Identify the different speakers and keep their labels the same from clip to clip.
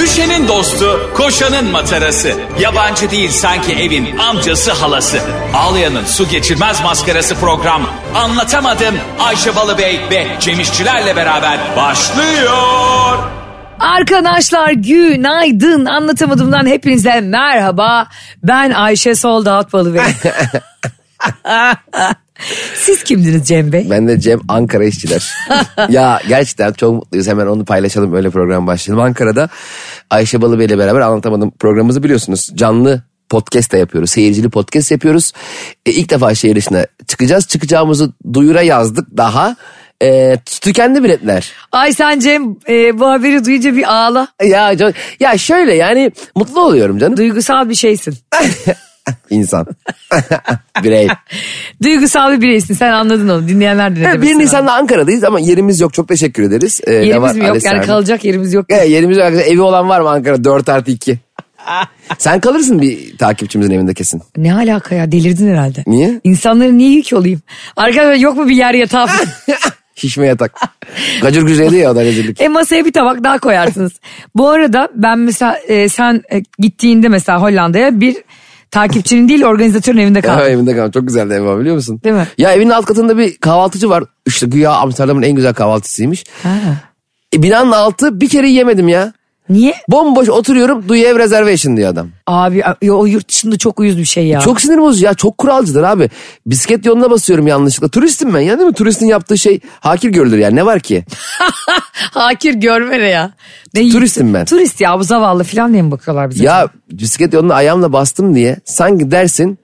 Speaker 1: Ayşe'nin dostu, koşanın matarası. Yabancı değil sanki evin amcası halası. Ağlayan'ın su geçirmez maskarası program. Anlatamadım Ayşe Balıbey ve Cemişçilerle beraber başlıyor.
Speaker 2: Arkadaşlar günaydın. Anlatamadığımdan hepinize merhaba. Ben Ayşe Soldat Balıbey. Siz kimdiniz Cem Bey?
Speaker 3: Ben de Cem Ankara işçiler. ya gerçekten çok mutluyuz. Hemen onu paylaşalım. Öyle program başlayalım. Ankara'da Ayşe Balıbey ile beraber anlatamadım programımızı biliyorsunuz. Canlı podcast da yapıyoruz. Seyircili podcast yapıyoruz. E, ilk defa şehir dışına çıkacağız. Çıkacağımızı duyura yazdık daha. E, tükendi biletler.
Speaker 2: Ay sen Cem e, bu haberi duyunca bir ağla.
Speaker 3: Ya çok- ya şöyle yani mutlu oluyorum canım.
Speaker 2: Duygusal bir şeysin.
Speaker 3: İnsan. Birey.
Speaker 2: Duygusal bir bireysin sen anladın onu. Dinleyenler de ne demek
Speaker 3: 1
Speaker 2: istediğini
Speaker 3: Nisan'da Ankara'dayız ama yerimiz yok. Çok teşekkür ederiz. E,
Speaker 2: anladı.
Speaker 3: Levan
Speaker 2: Yerimiz mi yok?
Speaker 3: Alessandro.
Speaker 2: Yani kalacak yerimiz yok.
Speaker 3: E, yerimiz yok. Evi olan var mı Ankara? 4 artı 2. Sen kalırsın bir takipçimizin evinde kesin.
Speaker 2: Ne alaka ya delirdin herhalde.
Speaker 3: Niye?
Speaker 2: İnsanlara niye yük olayım? Arkadaşlar yok mu bir yer yatağı?
Speaker 3: Şişme yatak. Gacır güzeli ya o da rezillik.
Speaker 2: E masaya bir tabak daha koyarsınız. Bu arada ben mesela e, sen e, gittiğinde mesela Hollanda'ya bir takipçinin değil organizatörün evinde
Speaker 3: Ha,
Speaker 2: kaldın.
Speaker 3: evinde kal. Çok güzel de ev var biliyor musun?
Speaker 2: Değil mi?
Speaker 3: Ya evinin alt katında bir kahvaltıcı var. İşte güya Amsterdam'ın en güzel kahvaltısıymış.
Speaker 2: Ha.
Speaker 3: E, binanın altı bir kere yemedim ya.
Speaker 2: Niye?
Speaker 3: Bomboş oturuyorum. Do you have reservation diyor adam.
Speaker 2: Abi a- o yurt dışında çok uyuz bir şey ya.
Speaker 3: Çok sinir bozucu ya. Çok kuralcıdır abi. Bisiklet yoluna basıyorum yanlışlıkla. Turistim ben ya değil mi? Turistin yaptığı şey hakir görülür yani. Ne var ki?
Speaker 2: Hakir görme ne ya. Ne
Speaker 3: Turistim
Speaker 2: yiyorsun?
Speaker 3: ben.
Speaker 2: Turist ya bu zavallı falan diye mi bakıyorlar bize?
Speaker 3: Ya bisiklet yoluna ayağımla bastım diye sanki dersin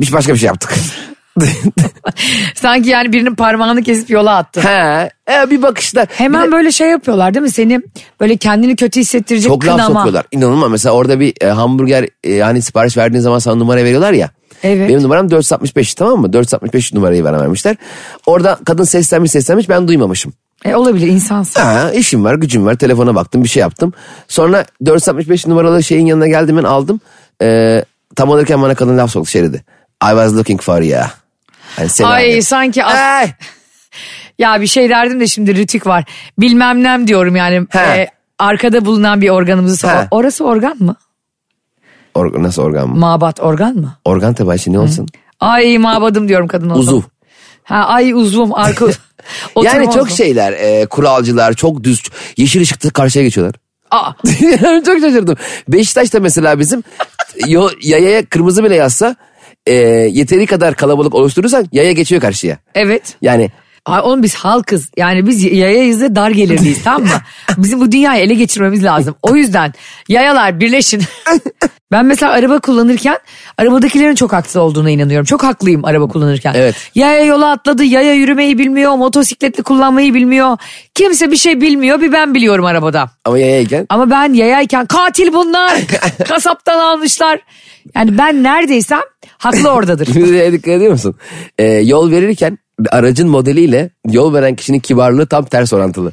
Speaker 3: biz başka bir şey yaptık.
Speaker 2: Sanki yani birinin parmağını kesip yola attı.
Speaker 3: He, e, bir bakışlar.
Speaker 2: Hemen böyle şey yapıyorlar değil mi? Seni böyle kendini kötü hissettirecek
Speaker 3: Çok laf
Speaker 2: kınama.
Speaker 3: sokuyorlar. İnanılmaz mesela orada bir e, hamburger e, hani sipariş verdiğin zaman sana numara veriyorlar ya.
Speaker 2: Evet.
Speaker 3: Benim numaram 465 tamam mı? 465 numarayı bana vermişler. Orada kadın seslenmiş seslenmiş ben duymamışım.
Speaker 2: E, olabilir insansın.
Speaker 3: Ha, işim var gücüm var telefona baktım bir şey yaptım. Sonra 465 numaralı şeyin yanına geldim ben aldım. E, tam alırken bana kadın laf soktu şey dedi. I was looking for you. Hani seni
Speaker 2: Ay
Speaker 3: arıyorum.
Speaker 2: sanki as-
Speaker 3: Ay.
Speaker 2: Ya bir şey derdim de şimdi rütük var. Bilmem nem diyorum yani.
Speaker 3: He.
Speaker 2: Ee, arkada bulunan bir organımızı sor-
Speaker 3: He.
Speaker 2: Orası organ mı?
Speaker 3: Organ, nasıl organ mı?
Speaker 2: Mabat organ mı?
Speaker 3: Organ tabii Ayşe ne olsun?
Speaker 2: Ay mabadım diyorum kadın oldu.
Speaker 3: Uzuv.
Speaker 2: Ha, ay uzvum arka Oturma
Speaker 3: Yani çok
Speaker 2: uzvum.
Speaker 3: şeyler e, kuralcılar çok düz yeşil ışıkta karşıya geçiyorlar.
Speaker 2: Aa,
Speaker 3: çok şaşırdım. Beşiktaş'ta mesela bizim yo, yayaya kırmızı bile yazsa e, yeteri kadar kalabalık oluşturursan yaya geçiyor karşıya.
Speaker 2: evet.
Speaker 3: Yani
Speaker 2: Ay oğlum biz halkız. Yani biz yayayız da dar gelirliyiz tamam mı? Bizim bu dünyayı ele geçirmemiz lazım. O yüzden yayalar birleşin. ben mesela araba kullanırken arabadakilerin çok haklı olduğuna inanıyorum. Çok haklıyım araba kullanırken.
Speaker 3: Evet.
Speaker 2: Yaya yola atladı, yaya yürümeyi bilmiyor, motosikletli kullanmayı bilmiyor. Kimse bir şey bilmiyor, bir ben biliyorum arabada.
Speaker 3: ama yayayken
Speaker 2: Ama ben yayayken katil bunlar, kasaptan almışlar. Yani ben neredeysem haklı oradadır.
Speaker 3: bir de dikkat ediyor musun? E, yol verirken aracın modeliyle yol veren kişinin kibarlığı tam ters orantılı.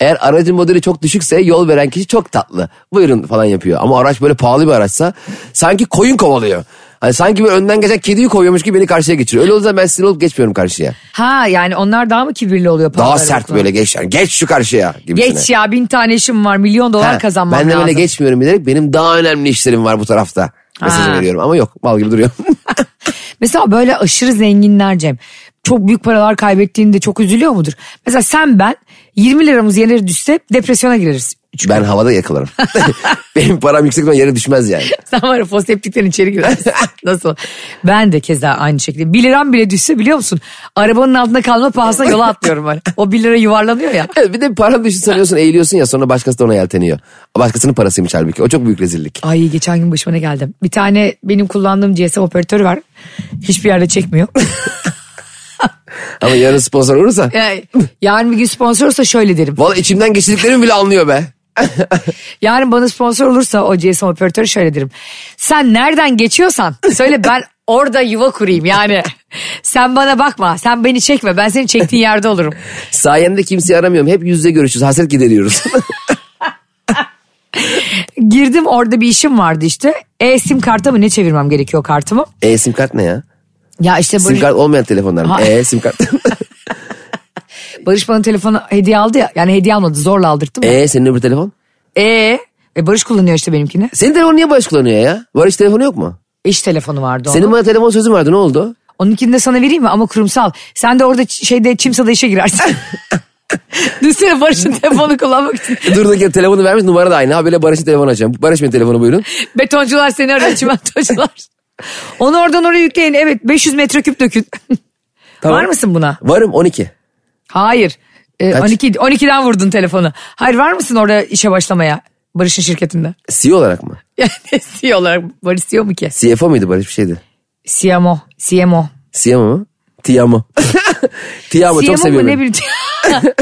Speaker 3: Eğer aracın modeli çok düşükse yol veren kişi çok tatlı. Buyurun falan yapıyor. Ama araç böyle pahalı bir araçsa sanki koyun kovalıyor. Hani sanki böyle önden geçen kediyi kovuyormuş gibi beni karşıya geçiriyor. Öyle olunca ben sinir olup geçmiyorum karşıya.
Speaker 2: Ha yani onlar daha mı kibirli oluyor?
Speaker 3: Daha
Speaker 2: pahalı
Speaker 3: sert
Speaker 2: araba
Speaker 3: böyle geç yani. Geç şu karşıya gibisine.
Speaker 2: Geç ya bin tane işim var milyon dolar
Speaker 3: Ha,
Speaker 2: kazanmam
Speaker 3: Ben de
Speaker 2: lazım.
Speaker 3: böyle geçmiyorum bilerek benim daha önemli işlerim var bu tarafta. Mesajı
Speaker 2: Ha.
Speaker 3: veriyorum ama yok mal gibi duruyor.
Speaker 2: Mesela böyle aşırı zenginler Cem. Çok büyük paralar kaybettiğinde çok üzülüyor mudur? Mesela sen ben 20 liramız yere düşse depresyona gireriz. Çünkü
Speaker 3: ben havada yakalarım. benim param yüksek ama yere düşmez yani.
Speaker 2: sen var ya foseptikten içeri gireriz. Nasıl? Ben de keza aynı şekilde. 1 liram bile düşse biliyor musun? Arabanın altında kalma pahasına yola atlıyorum böyle. O 1 lira yuvarlanıyor ya.
Speaker 3: Evet, bir de paran düştü sanıyorsun eğiliyorsun ya sonra başkası da ona yelteniyor. Başkasının parasıymış halbuki o çok büyük rezillik.
Speaker 2: Ay geçen gün başıma ne geldi? Bir tane benim kullandığım GSM operatörü var. Hiçbir yerde çekmiyor.
Speaker 3: Ama yarın sponsor olursa
Speaker 2: Yani Ee, Yarın bir gün sponsor olsa şöyle derim.
Speaker 3: valla içimden geçirdiklerimi bile anlıyor be.
Speaker 2: Yarın bana sponsor olursa o GSM operatörü şöyle derim. Sen nereden geçiyorsan söyle ben orada yuva kurayım yani. Sen bana bakma sen beni çekme ben senin çektiğin yerde olurum.
Speaker 3: Sayemde kimseyi aramıyorum hep yüz yüze görüşürüz haset gideriyoruz.
Speaker 2: Girdim orada bir işim vardı işte. E-sim karta mı ne çevirmem gerekiyor kartımı?
Speaker 3: e sim kart ne ya?
Speaker 2: Ya işte
Speaker 3: Sim
Speaker 2: Barış,
Speaker 3: kart olmayan telefonlar mı?
Speaker 2: Ha.
Speaker 3: E sim kart.
Speaker 2: Barış bana telefonu hediye aldı ya. Yani hediye almadı zorla aldırttım.
Speaker 3: e senin öbür telefon?
Speaker 2: E E Barış kullanıyor işte benimkini.
Speaker 3: Senin telefonu niye Barış kullanıyor ya? Barış telefonu yok mu?
Speaker 2: İş telefonu vardı onun.
Speaker 3: Senin bana telefon sözün vardı ne oldu?
Speaker 2: Onunkini de sana vereyim mi ama kurumsal. Sen de orada ç- şeyde Çimsa'da işe girersin. Düşünsene Barış'ın telefonu kullanmak için.
Speaker 3: Durdaki telefonu vermiş numara da aynı. Ha böyle Barış'ın telefonu açacağım. Barış benim telefonu buyurun.
Speaker 2: Betoncular seni arıyor çimentocular. Onu oradan oraya yükleyin. Evet 500 metreküp dökün.
Speaker 3: Tamam.
Speaker 2: Var mısın buna?
Speaker 3: Varım 12.
Speaker 2: Hayır. Ee,
Speaker 3: Kaç?
Speaker 2: 12 12'den vurdun telefonu. Hayır var mısın orada işe başlamaya? Barış'ın şirketinde.
Speaker 3: CEO E olarak mı?
Speaker 2: Yani CEO olarak Barış CEO mu ki?
Speaker 3: CFO muydu Barış bir şeydi?
Speaker 2: CMO. CMO.
Speaker 3: CMO mu? Tiamo. Tiamo
Speaker 2: CMO
Speaker 3: çok
Speaker 2: mu
Speaker 3: seviyorum.
Speaker 2: ne bileyim.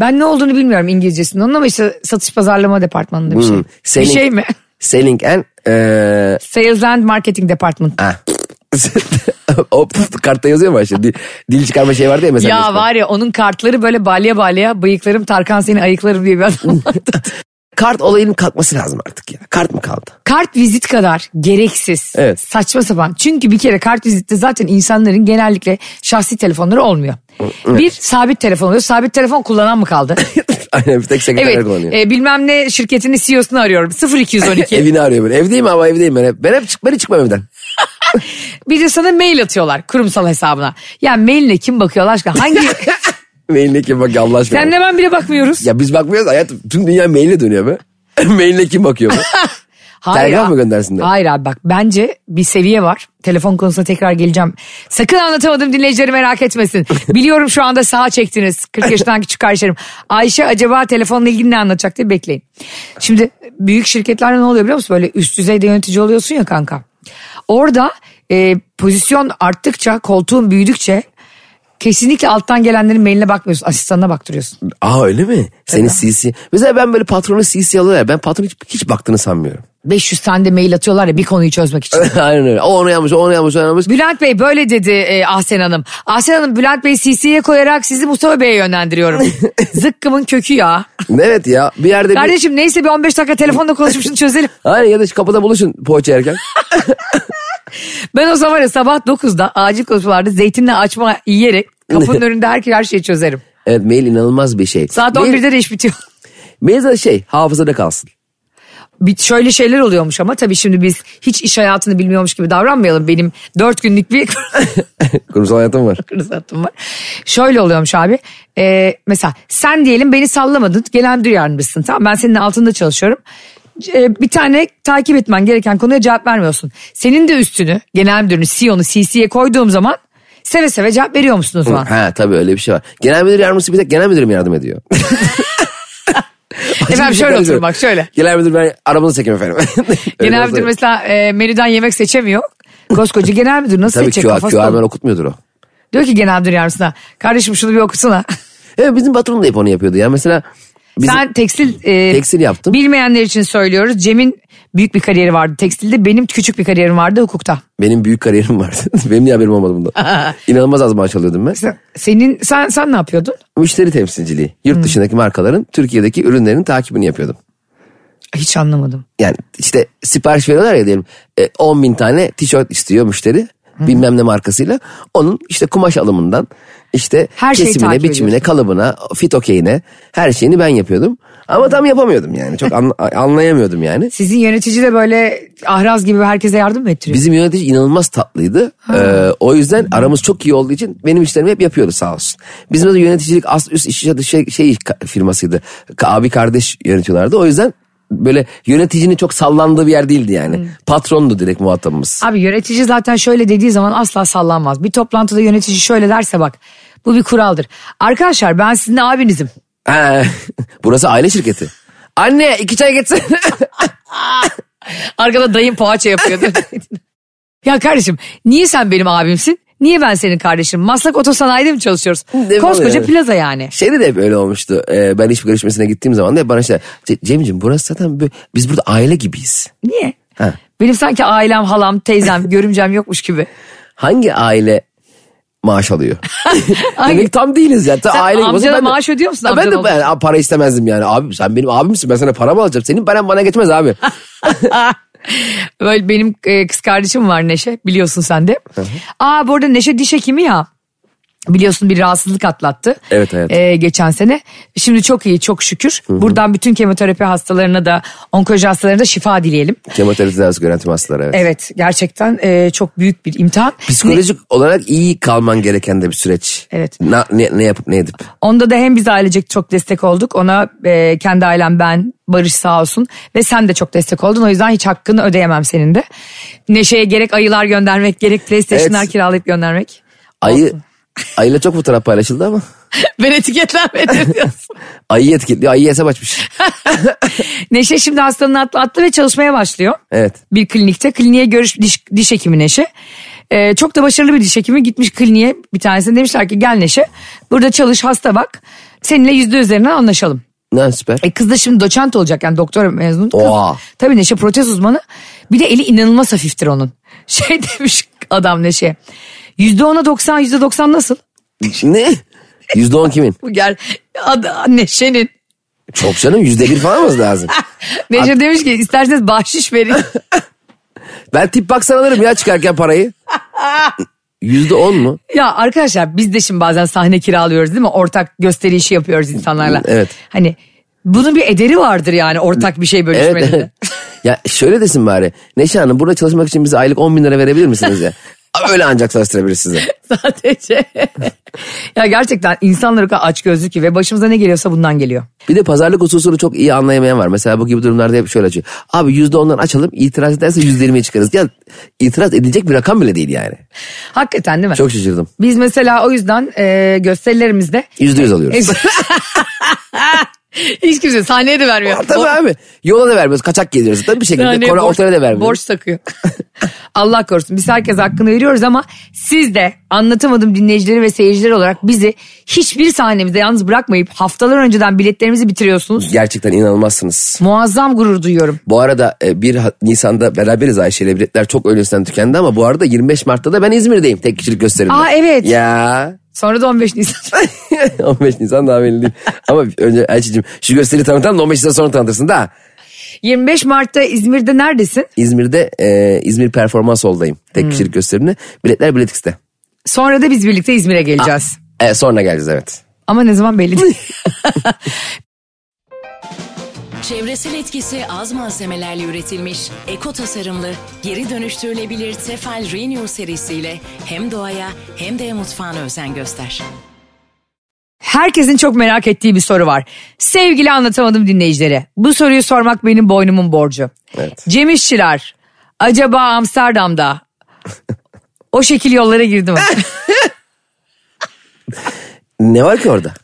Speaker 2: ben ne olduğunu bilmiyorum İngilizcesinin. Onun ama işte satış pazarlama departmanında bir şey.
Speaker 3: Hmm,
Speaker 2: Bir
Speaker 3: selling-
Speaker 2: şey mi?
Speaker 3: Selling and... eee,
Speaker 2: Sales and Marketing Department.
Speaker 3: ha. o kartta yazıyor mu Ayşe? Dil, dil çıkarma şey vardı ya mesela.
Speaker 2: Ya var ya onun kartları böyle balya balya bıyıklarım Tarkan seni ayıklarım diye bir adam vardı.
Speaker 3: Kart olayının kalkması lazım artık ya. Kart mı kaldı?
Speaker 2: kart vizit kadar gereksiz.
Speaker 3: Evet.
Speaker 2: Saçma sapan. Çünkü bir kere kart vizitte zaten insanların genellikle şahsi telefonları olmuyor. Bir sabit telefon oluyor. Sabit telefon kullanan mı kaldı?
Speaker 3: Aynen bir tek sekreter
Speaker 2: evet.
Speaker 3: kullanıyor.
Speaker 2: e, bilmem ne şirketinin CEO'sunu arıyorum. 0212.
Speaker 3: Evini arıyor böyle. Evdeyim ama evdeyim ben hep. Ben hep çık, ben hiç çıkmam evden.
Speaker 2: bir de sana mail atıyorlar kurumsal hesabına. Ya mailine kim bakıyor Allah aşkına? Hangi?
Speaker 3: Mailine kim bakıyor Allah aşkına.
Speaker 2: Senle ben bile bakmıyoruz.
Speaker 3: Ya biz bakmıyoruz hayatım. Tüm dünya mailine dönüyor be. mailine kim bakıyor be? Telegram
Speaker 2: abi.
Speaker 3: mı göndersinler?
Speaker 2: Hayır abi bak bence bir seviye var. Telefon konusuna tekrar geleceğim. Sakın anlatamadım dinleyicileri merak etmesin. Biliyorum şu anda sağa çektiniz. 40 yaşından küçük kardeşlerim. Ayşe acaba telefonla ilgili ne anlatacak diye bekleyin. Şimdi büyük şirketlerde ne oluyor biliyor musun? Böyle üst düzeyde yönetici oluyorsun ya kanka. Orada e, pozisyon arttıkça, koltuğun büyüdükçe kesinlikle alttan gelenlerin mailine bakmıyorsun. Asistanına baktırıyorsun.
Speaker 3: Aa öyle mi? Senin CC. Mesela ben böyle patronu CC alıyor ya. Ben patronu hiç, hiç baktığını sanmıyorum.
Speaker 2: 500 tane de mail atıyorlar ya bir konuyu çözmek için.
Speaker 3: Aynen öyle. O onu yapmış, o onu yapmış, o onu yapmış.
Speaker 2: Bülent Bey böyle dedi e, Ahsen Hanım. Ahsen Hanım Bülent Bey CC'ye koyarak sizi Mustafa Bey'e yönlendiriyorum. Zıkkımın kökü ya.
Speaker 3: evet ya bir yerde bir...
Speaker 2: Kardeşim neyse bir 15 dakika telefonda konuşup şunu çözelim.
Speaker 3: Aynen ya da şu kapıda buluşun poğaça yerken.
Speaker 2: Ben o zaman ya sabah 9'da acil konuşmalarda zeytinle açma yiyerek kapının önünde her, her şeyi çözerim.
Speaker 3: Evet mail inanılmaz bir şey.
Speaker 2: Saat
Speaker 3: Mail-
Speaker 2: 11'de de iş bitiyor.
Speaker 3: Mail zaten şey hafızada kalsın.
Speaker 2: Bir, şöyle şeyler oluyormuş ama tabii şimdi biz hiç iş hayatını bilmiyormuş gibi davranmayalım. Benim 4 günlük bir
Speaker 3: Kurumsal hayatım var.
Speaker 2: fırsatım var. Şöyle oluyormuş abi. Ee, mesela sen diyelim beni sallamadın. Gelen müdür yardımcısın. Tamam ben senin altında çalışıyorum. Ee, bir tane takip etmen gereken konuya cevap vermiyorsun. Senin de üstünü genel müdürünü E CEO'nu CC'ye koyduğum zaman seve seve cevap veriyor musun o zaman?
Speaker 3: Ha tabii öyle bir şey var. Genel müdür yardımcısı bir tek genel müdürüm yardım ediyor.
Speaker 2: efendim şöyle
Speaker 3: Genel müdür-
Speaker 2: oturun bak şöyle.
Speaker 3: Genel müdür ben arabanızı çekeyim efendim. Öyle
Speaker 2: Genel
Speaker 3: olsa-
Speaker 2: müdür mesela e, menüden yemek seçemiyor. Koskoca genel müdür nasıl
Speaker 3: Tabii
Speaker 2: seçecek
Speaker 3: QR,
Speaker 2: kafası?
Speaker 3: QR ben
Speaker 2: dolu.
Speaker 3: okutmuyordur o.
Speaker 2: Diyor ki genel müdür yardımcısına kardeşim şunu bir okusana.
Speaker 3: Evet bizim patron da hep onu yapıyordu ya. Mesela bizim
Speaker 2: Ben tekstil, e,
Speaker 3: Tekstil yaptım.
Speaker 2: Bilmeyenler için söylüyoruz. Cem'in büyük bir kariyeri vardı tekstilde. Benim küçük bir kariyerim vardı hukukta.
Speaker 3: benim büyük kariyerim vardı. benim niye haberim olmadı bundan. İnanılmaz az maaş alıyordum ben.
Speaker 2: Senin sen sen ne yapıyordun?
Speaker 3: Müşteri temsilciliği.
Speaker 2: Hmm.
Speaker 3: Yurt dışındaki markaların Türkiye'deki ürünlerinin takibini yapıyordum.
Speaker 2: Hiç anlamadım.
Speaker 3: Yani işte sipariş veriyorlar ya diyelim e, 10 bin tane tişört istiyor müşteri. Bilmem ne markasıyla. Onun işte kumaş alımından işte
Speaker 2: Her şeyi
Speaker 3: kesimine,
Speaker 2: takip
Speaker 3: biçimine,
Speaker 2: ediyorsun.
Speaker 3: kalıbına, fit okeyine her şeyini ben yapıyordum. Ama tam yapamıyordum yani. Çok an- anlayamıyordum yani.
Speaker 2: Sizin yönetici de böyle ahraz gibi herkese yardım mı ettiriyor?
Speaker 3: Bizim yönetici inanılmaz tatlıydı. Ee, o yüzden aramız çok iyi olduğu için benim işlerimi hep yapıyordu sağ olsun. Bizim de yöneticilik ast üst iş şey, şey ka- firmasıydı. Ka- Abi kardeş yönetiyorlardı. O yüzden böyle yöneticinin çok sallandığı bir yer değildi yani. Patrondu direkt muhatabımız.
Speaker 2: Abi yönetici zaten şöyle dediği zaman asla sallanmaz. Bir toplantıda yönetici şöyle derse bak bu bir kuraldır. Arkadaşlar ben sizin abinizim.
Speaker 3: Ha, burası aile şirketi. Anne iki çay getir.
Speaker 2: Arkada dayım poğaça yapıyordu. ya kardeşim niye sen benim abimsin? Niye ben senin kardeşim? Maslak Otosanayi'de mi çalışıyoruz?
Speaker 3: Değil mi
Speaker 2: Koskoca
Speaker 3: yani?
Speaker 2: plaza yani.
Speaker 3: Şeyde Şey de hep öyle olmuştu. Ee, ben iş görüşmesine gittiğim zaman da hep bana şey "Ce- Cem'ciğim burası zaten böyle- biz burada aile gibiyiz.
Speaker 2: Niye?
Speaker 3: Ha.
Speaker 2: Benim sanki ailem, halam, teyzem, görümcem yokmuş gibi.
Speaker 3: Hangi aile maaş alıyor?
Speaker 2: Hangi-
Speaker 3: Demek tam değiliz ya. Tam
Speaker 2: Sen
Speaker 3: aile gibi.
Speaker 2: amcana
Speaker 3: Olsa ben de-
Speaker 2: maaş ödüyor musun
Speaker 3: Ha, Ben de
Speaker 2: amcan olunca?
Speaker 3: ben- para istemezdim yani. Abi sen benim abimsin ben sana para mı alacağım? Senin paran bana geçmez abi.
Speaker 2: Böyle benim e, kız kardeşim var Neşe biliyorsun sen de. Aa bu arada Neşe diş hekimi ya. Biliyorsun bir rahatsızlık atlattı.
Speaker 3: Evet, hayatım.
Speaker 2: Ee, geçen sene. Şimdi çok iyi çok şükür. Buradan bütün kemoterapi hastalarına da onkoloji hastalarına da şifa dileyelim.
Speaker 3: Kemoterapi tedavisi gören tüm hastalara evet.
Speaker 2: Evet gerçekten e, çok büyük bir imtihan.
Speaker 3: Psikolojik olarak iyi kalman gereken de bir süreç.
Speaker 2: Evet.
Speaker 3: Na- ne, ne yapıp ne edip.
Speaker 2: Onda da hem biz ailecek çok destek olduk. Ona e, kendi ailem ben Barış sağ olsun ve sen de çok destek oldun. O yüzden hiç hakkını ödeyemem senin de. Neşe'ye gerek ayılar göndermek gerek PlayStation'lar
Speaker 3: Evet.
Speaker 2: kiralayıp göndermek.
Speaker 3: Ayı, ayıyla çok fotoğraf paylaşıldı ama
Speaker 2: ben etiketlenmedim diyorsun.
Speaker 3: ayıyı etiketliyor. Ayıyı hesap açmış.
Speaker 2: Neşe şimdi hastalığını atlattı ve çalışmaya başlıyor.
Speaker 3: Evet.
Speaker 2: bir klinikte. Kliniğe görüş diş, diş hekimi Neşe. Ee, çok da başarılı bir diş hekimi gitmiş kliniğe bir tanesine demişler ki gel Neşe burada çalış hasta bak seninle yüzde üzerinden anlaşalım.
Speaker 3: Ne süper.
Speaker 2: E kız da şimdi doçent olacak yani doktora mezunu. Kız-
Speaker 3: Oha.
Speaker 2: Tabii Neşe protez uzmanı bir de eli inanılmaz hafiftir onun. Şey demiş adam Neşe yüzde ona doksan yüzde doksan nasıl?
Speaker 3: ne? Yüzde on kimin?
Speaker 2: Bu gel Ad- Neşe'nin.
Speaker 3: Çok canım yüzde bir falan mı lazım?
Speaker 2: Neşe demiş ki isterseniz bahşiş verin.
Speaker 3: Ben tip baksan alırım ya çıkarken parayı. Yüzde on mu?
Speaker 2: Ya arkadaşlar biz de şimdi bazen sahne kiralıyoruz değil mi? Ortak gösteri işi yapıyoruz insanlarla.
Speaker 3: Evet.
Speaker 2: Hani bunun bir ederi vardır yani ortak bir şey bölüşmenin.
Speaker 3: Evet.
Speaker 2: de.
Speaker 3: ya şöyle desin bari. Neşe Hanım burada çalışmak için bize aylık 10 bin lira verebilir misiniz ya? Öyle ancak çalıştırabilir sizi.
Speaker 2: Sadece. ya gerçekten insanlar o kadar aç gözlü ki ve başımıza ne geliyorsa bundan geliyor.
Speaker 3: Bir de pazarlık hususunu çok iyi anlayamayan var. Mesela bu gibi durumlarda hep şöyle açıyor. Abi yüzde ondan açalım itiraz ederse yüzde yirmiye çıkarız. Ya itiraz edecek bir rakam bile değil yani.
Speaker 2: Hakikaten değil mi?
Speaker 3: Çok şaşırdım.
Speaker 2: Biz mesela o yüzden e, gösterilerimizde
Speaker 3: Yüzde yüz
Speaker 2: E,
Speaker 3: alıyoruz.
Speaker 2: hiç kimse sahneye de vermiyor.
Speaker 3: Aa, Tabii abi. Yola da vermiyoruz. Kaçak geliyoruz. Tabii bir şekilde.
Speaker 2: Yani
Speaker 3: Kora
Speaker 2: borç-
Speaker 3: ortaya da vermiyoruz.
Speaker 2: Borç takıyor. Allah korusun biz herkes hakkını veriyoruz ama siz de anlatamadım dinleyicileri ve seyircileri olarak bizi hiçbir sahnemizde yalnız bırakmayıp haftalar önceden biletlerimizi bitiriyorsunuz.
Speaker 3: Gerçekten inanılmazsınız.
Speaker 2: Muazzam gurur duyuyorum.
Speaker 3: Bu arada e, 1 Ha- Nisan'da beraberiz Ayşe ile biletler çok öncesinden tükendi ama bu arada 25 Mart'ta da ben İzmir'deyim tek kişilik gösterimde.
Speaker 2: Aa, evet.
Speaker 3: Ya
Speaker 2: Sonra da 15 Nisan.
Speaker 3: 15 Nisan daha belli değil. ama önce Ayşe'cim şu gösteri tanıtalım da 15 Nisan sonra tanıtırsın da.
Speaker 2: 25 Mart'ta İzmir'de neredesin?
Speaker 3: İzmir'de e, İzmir Performans Hall'dayım tek kişilik gösterimde. Biletler biletikste.
Speaker 2: Sonra da biz birlikte İzmir'e geleceğiz.
Speaker 3: E, sonra geleceğiz evet.
Speaker 2: Ama ne zaman belli değil.
Speaker 4: Çevresel etkisi az malzemelerle üretilmiş, eko tasarımlı, geri dönüştürülebilir Tefal Renew serisiyle hem doğaya hem de mutfağına özen göster.
Speaker 2: Herkesin çok merak ettiği bir soru var. Sevgili anlatamadım dinleyicilere. Bu soruyu sormak benim boynumun borcu.
Speaker 3: Evet.
Speaker 2: Cem İşçiler acaba Amsterdam'da o şekil yollara girdi mi?
Speaker 3: Ne var ki orada?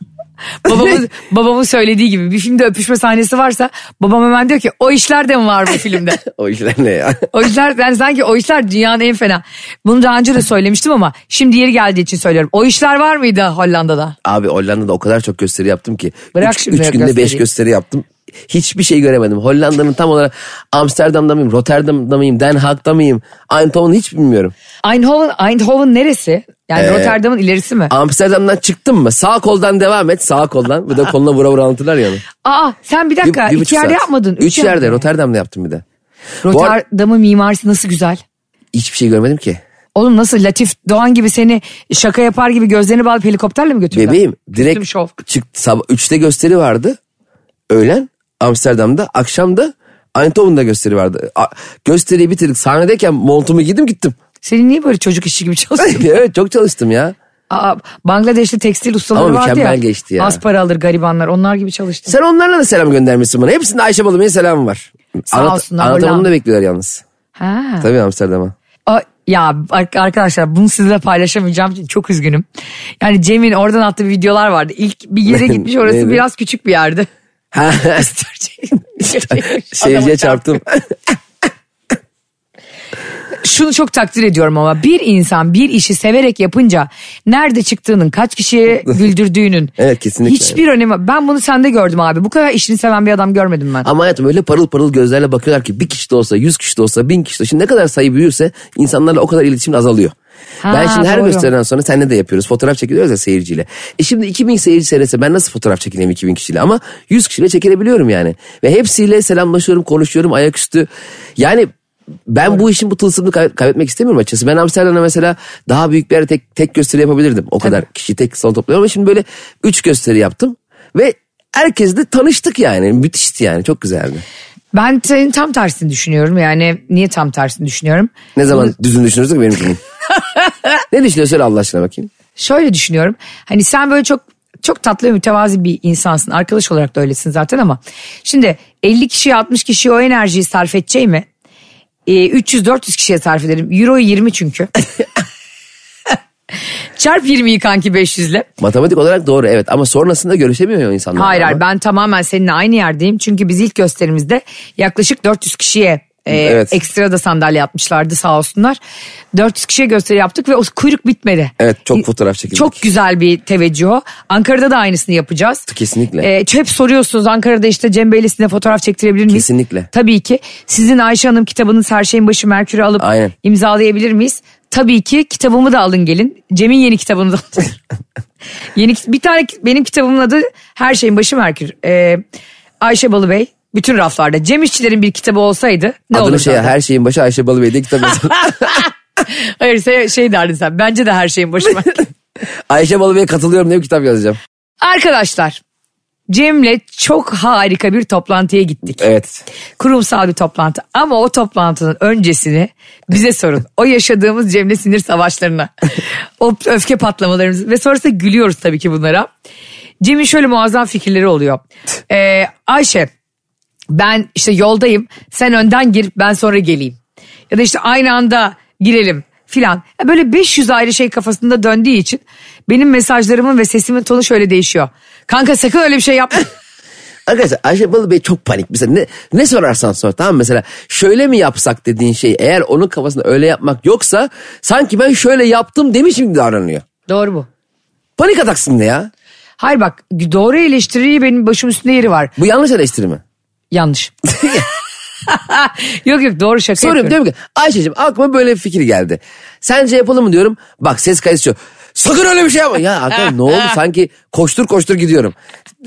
Speaker 2: babamın, babamın söylediği gibi bir filmde öpüşme sahnesi varsa babam hemen diyor ki o işler de mi var bu filmde?
Speaker 3: O işler ne ya?
Speaker 2: O işler yani sanki o işler dünyanın en fena. Bunu daha önce de söylemiştim ama şimdi yeri geldiği için söylüyorum. O işler var mıydı Hollanda'da?
Speaker 3: Abi Hollanda'da o kadar çok gösteri yaptım ki.
Speaker 2: Bırak
Speaker 3: üç,
Speaker 2: şimdi
Speaker 3: üç
Speaker 2: ya
Speaker 3: günde beş
Speaker 2: gösteriyi.
Speaker 3: gösteri yaptım. Hiçbir şey göremedim. Hollanda'nın tam olarak Amsterdam'da mıyım, Rotterdam'da mıyım, Den Haag'da mıyım, Eindhoven'ı hiç bilmiyorum.
Speaker 2: Eindhoven, Eindhoven neresi? Yani Rotterdam'ın ilerisi mi?
Speaker 3: Amsterdam'dan çıktım mı sağ koldan devam et sağ koldan. Bir de koluna vura vura anlatırlar yani.
Speaker 2: Aa sen bir
Speaker 3: Bir,
Speaker 2: dakika
Speaker 3: bir buçuk
Speaker 2: iki yerde
Speaker 3: saat.
Speaker 2: yapmadın.
Speaker 3: Üç, yerde
Speaker 2: mi?
Speaker 3: Rotterdam'da yaptım bir de. Bu ar-
Speaker 2: Rotterdam'ın mimarisi nasıl güzel.
Speaker 3: hiçbir şey görmedim ki.
Speaker 2: Oğlum nasıl Latif Doğan gibi seni şaka yapar gibi gözlerini bağlayıp helikopterle mi götürdüler?
Speaker 3: Bebeğim
Speaker 2: Üstüm
Speaker 3: direkt
Speaker 2: şov.
Speaker 3: çıktı. Sabah 3'te gösteri vardı. Öğlen Amsterdam'da akşam da Eindhoven'da gösteri vardı. A- gösteriyi bitirdik. Sahnedeyken montumu giydim gittim.
Speaker 2: Senin niye böyle çocuk işi gibi çalışıyorsun?
Speaker 3: evet çok çalıştım ya.
Speaker 2: Aa, Bangladeşli tekstil ustaları
Speaker 3: Ama
Speaker 2: vardı ya.
Speaker 3: mükemmel geçti ya.
Speaker 2: Az para alır garibanlar onlar gibi çalıştın.
Speaker 3: Sen onlarla da selam göndermişsin bana. Hepsinde Ayşe Balıbey'in selamı var.
Speaker 2: Sağ olsunlar,
Speaker 3: Anlatamamı
Speaker 2: Hollanda.
Speaker 3: da bekliyorlar yalnız.
Speaker 2: Ha.
Speaker 3: Tabii Amsterdam'a.
Speaker 2: Aa, ya ar- arkadaşlar bunu sizinle paylaşamayacağım için çok üzgünüm. Yani Cem'in oradan attığı videolar vardı. İlk bir yere gitmiş orası
Speaker 3: Neydi?
Speaker 2: biraz küçük bir yerde.
Speaker 3: Ha, Seyirciye
Speaker 2: Adamı
Speaker 3: çarptım.
Speaker 2: şunu çok takdir ediyorum ama bir insan bir işi severek yapınca nerede çıktığının kaç kişiye güldürdüğünün
Speaker 3: Evet, kesinlikle.
Speaker 2: hiçbir önemi ben bunu sende gördüm abi bu kadar işini seven bir adam görmedim ben.
Speaker 3: Ama hayatım öyle parıl parıl gözlerle bakıyorlar ki bir kişi de olsa, yüz kişi de olsa, bin kişi de olsa. Şimdi ne kadar sayı büyürse insanlarla o kadar iletişim azalıyor.
Speaker 2: Ha,
Speaker 3: ben şimdi her
Speaker 2: doğru.
Speaker 3: gösteriden sonra seninle de yapıyoruz. Fotoğraf çekiliyoruz ya seyirciyle. E şimdi 2000 seyirci seyretse ben nasıl fotoğraf çekileyim 2000 kişiyle ama 100 kişiyle çekilebiliyorum yani. Ve hepsiyle selamlaşıyorum, konuşuyorum ayaküstü. Yani ben bu işin bu tılsımını kay- kaybetmek istemiyorum açıkçası. Ben Amsterdam'da mesela daha büyük bir yerde tek, tek gösteri yapabilirdim. O kadar kişi tek salon topluyorum ama şimdi böyle üç gösteri yaptım ve herkesle tanıştık yani. Müthişti yani çok güzeldi.
Speaker 2: Ben senin tam tersini düşünüyorum. Yani niye tam tersini düşünüyorum?
Speaker 3: Ne zaman düzün düşünürsün ki benim gibi. ne düşünüyorsun söyle Allah aşkına bakayım.
Speaker 2: Şöyle düşünüyorum. Hani sen böyle çok çok tatlı ve mütevazi bir insansın. Arkadaş olarak da öylesin zaten ama. Şimdi 50 kişiye 60 kişiye o enerjiyi sarf edeceğimi e, 300-400 kişiye sarf ederim. Euro 20 çünkü. Çarp 20'yi kanki 500 ile.
Speaker 3: Matematik olarak doğru evet ama sonrasında görüşemiyor insanlar.
Speaker 2: Hayır hayır ben tamamen seninle aynı yerdeyim. Çünkü biz ilk gösterimizde yaklaşık 400 kişiye e,
Speaker 3: Evet.
Speaker 2: ekstra da sandalye yapmışlardı sağ olsunlar. 400 kişiye gösteri yaptık ve o kuyruk bitmedi.
Speaker 3: Evet, çok
Speaker 2: İ-
Speaker 3: fotoğraf çekildik.
Speaker 2: Çok güzel bir teveccüh o. Ankara'da da aynısını yapacağız.
Speaker 3: Kesinlikle.
Speaker 2: E, hep soruyorsunuz Ankara'da işte Cem Bey'le sizinle fotoğraf çektirebilir miyiz?
Speaker 3: Kesinlikle.
Speaker 2: Tabii ki. Sizin Ayşe Hanım kitabınız Her Şeyin Başı Merkür'ü alıp
Speaker 3: Aynen.
Speaker 2: imzalayabilir miyiz? Tabii ki kitabımı da alın gelin. Cem'in yeni kitabını da alın. Yeni kit- bir tane ki- benim kitabımın adı Her Şeyin Başı Merkür. Ee, Ayşe Balıbey bütün raflarda. Cem İşçilerin bir kitabı olsaydı ne
Speaker 3: Adını
Speaker 2: olurdu?
Speaker 3: şey her şeyin başı Ayşe Balıbey diye kitap yazıyor.
Speaker 2: Hayır şey, şey derdin sen. Bence de her şeyin başı Merkür.
Speaker 3: Ayşe Balıbey'e katılıyorum diye bir kitap yazacağım.
Speaker 2: Arkadaşlar Cem'le çok harika bir toplantıya gittik.
Speaker 3: Evet.
Speaker 2: Kurumsal bir toplantı ama o toplantının öncesini bize sorun. O yaşadığımız Cem'le sinir savaşlarına. o öfke patlamalarımız ve sonrasında gülüyoruz tabii ki bunlara. Cem'in şöyle muazzam fikirleri oluyor. Ee, Ayşe ben işte yoldayım sen önden gir ben sonra geleyim. Ya da işte aynı anda girelim filan. Ya Böyle 500 ayrı şey kafasında döndüğü için benim mesajlarımın ve sesimin tonu şöyle değişiyor. Kanka sakın öyle bir şey yapma.
Speaker 3: Arkadaşlar Ayşe Balıbey çok panik. Mesela ne, ne sorarsan sor tamam mı? mesela şöyle mi yapsak dediğin şey eğer onun kafasında öyle yapmak yoksa sanki ben şöyle yaptım demişim gibi davranıyor.
Speaker 2: Doğru bu.
Speaker 3: Panik ataksın ya.
Speaker 2: Hayır bak doğru eleştiriyi benim başım üstünde yeri var.
Speaker 3: Bu yanlış eleştiri mi?
Speaker 2: Yanlış. yok yok doğru şaka
Speaker 3: Soruyorum
Speaker 2: yapıyorum.
Speaker 3: diyorum ki Ayşe'cim aklıma böyle bir fikir geldi. Sence yapalım mı diyorum. Bak ses kayısı yok. Sakın öyle bir şey yapma. Ya arkadaş ne oldu sanki koştur koştur gidiyorum.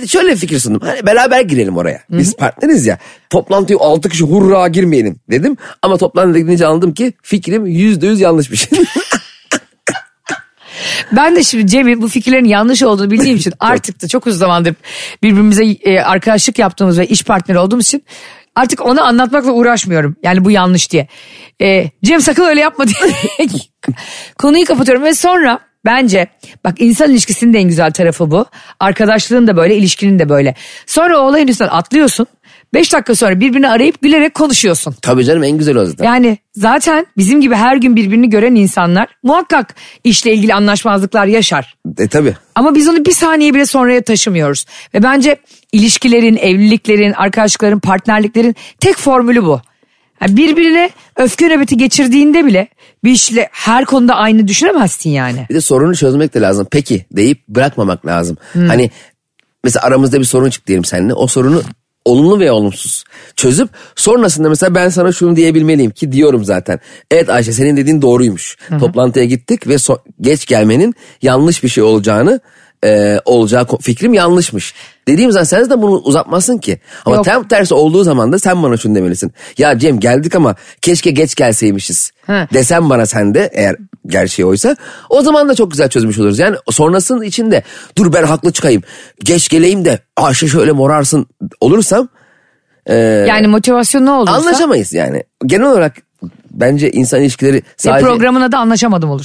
Speaker 3: Şöyle bir fikir sundum. Hani beraber girelim oraya. Biz partneriz ya. Toplantıya 6 kişi hurra girmeyelim dedim. Ama toplantıda gidince anladım ki fikrim %100 yanlış bir şey.
Speaker 2: Ben de şimdi Cem'in bu fikirlerin yanlış olduğunu bildiğim için artık da çok uzun zamandır birbirimize e, arkadaşlık yaptığımız ve iş partneri olduğumuz için artık onu anlatmakla uğraşmıyorum. Yani bu yanlış diye. E, Cem sakın öyle yapma diye konuyu kapatıyorum ve sonra bence bak insan ilişkisinin de en güzel tarafı bu. Arkadaşlığın da böyle ilişkinin de böyle. Sonra o olayın üstünden atlıyorsun. Beş dakika sonra birbirini arayıp gülerek konuşuyorsun.
Speaker 3: Tabii canım en güzel o zaten.
Speaker 2: Yani zaten bizim gibi her gün birbirini gören insanlar muhakkak işle ilgili anlaşmazlıklar yaşar.
Speaker 3: E tabii.
Speaker 2: Ama biz onu bir saniye bile sonraya taşımıyoruz. Ve bence ilişkilerin, evliliklerin, arkadaşlıkların, partnerliklerin tek formülü bu. Yani birbirine öfke nöbeti geçirdiğinde bile bir işle her konuda aynı düşünemezsin yani.
Speaker 3: Bir de sorunu çözmek de lazım. Peki deyip bırakmamak lazım. Hani mesela aramızda bir sorun çıktı diyelim seninle. O sorunu olumlu veya olumsuz çözüp sonrasında mesela ben sana şunu diyebilmeliyim ki diyorum zaten. Evet Ayşe senin dediğin doğruymuş. Toplantıya gittik ve so- geç gelmenin yanlış bir şey olacağını e, olacağı ko- fikrim yanlışmış. Dediğim zaman sen de bunu uzatmazsın ki. Ama
Speaker 2: Yok.
Speaker 3: tam tersi olduğu zaman da sen bana şunu demelisin. Ya Cem geldik ama keşke geç gelseymişiz
Speaker 2: Ha.
Speaker 3: desen bana sen de eğer gerçeği oysa o zaman da çok güzel çözmüş oluruz. Yani sonrasının içinde dur ben haklı çıkayım geç geleyim de Ayşe şöyle morarsın olursam Ee,
Speaker 2: yani motivasyon ne olursa
Speaker 3: anlaşamayız yani. Genel olarak bence insan ilişkileri
Speaker 2: ve
Speaker 3: sadece
Speaker 2: e, programın adı anlaşamadım olur.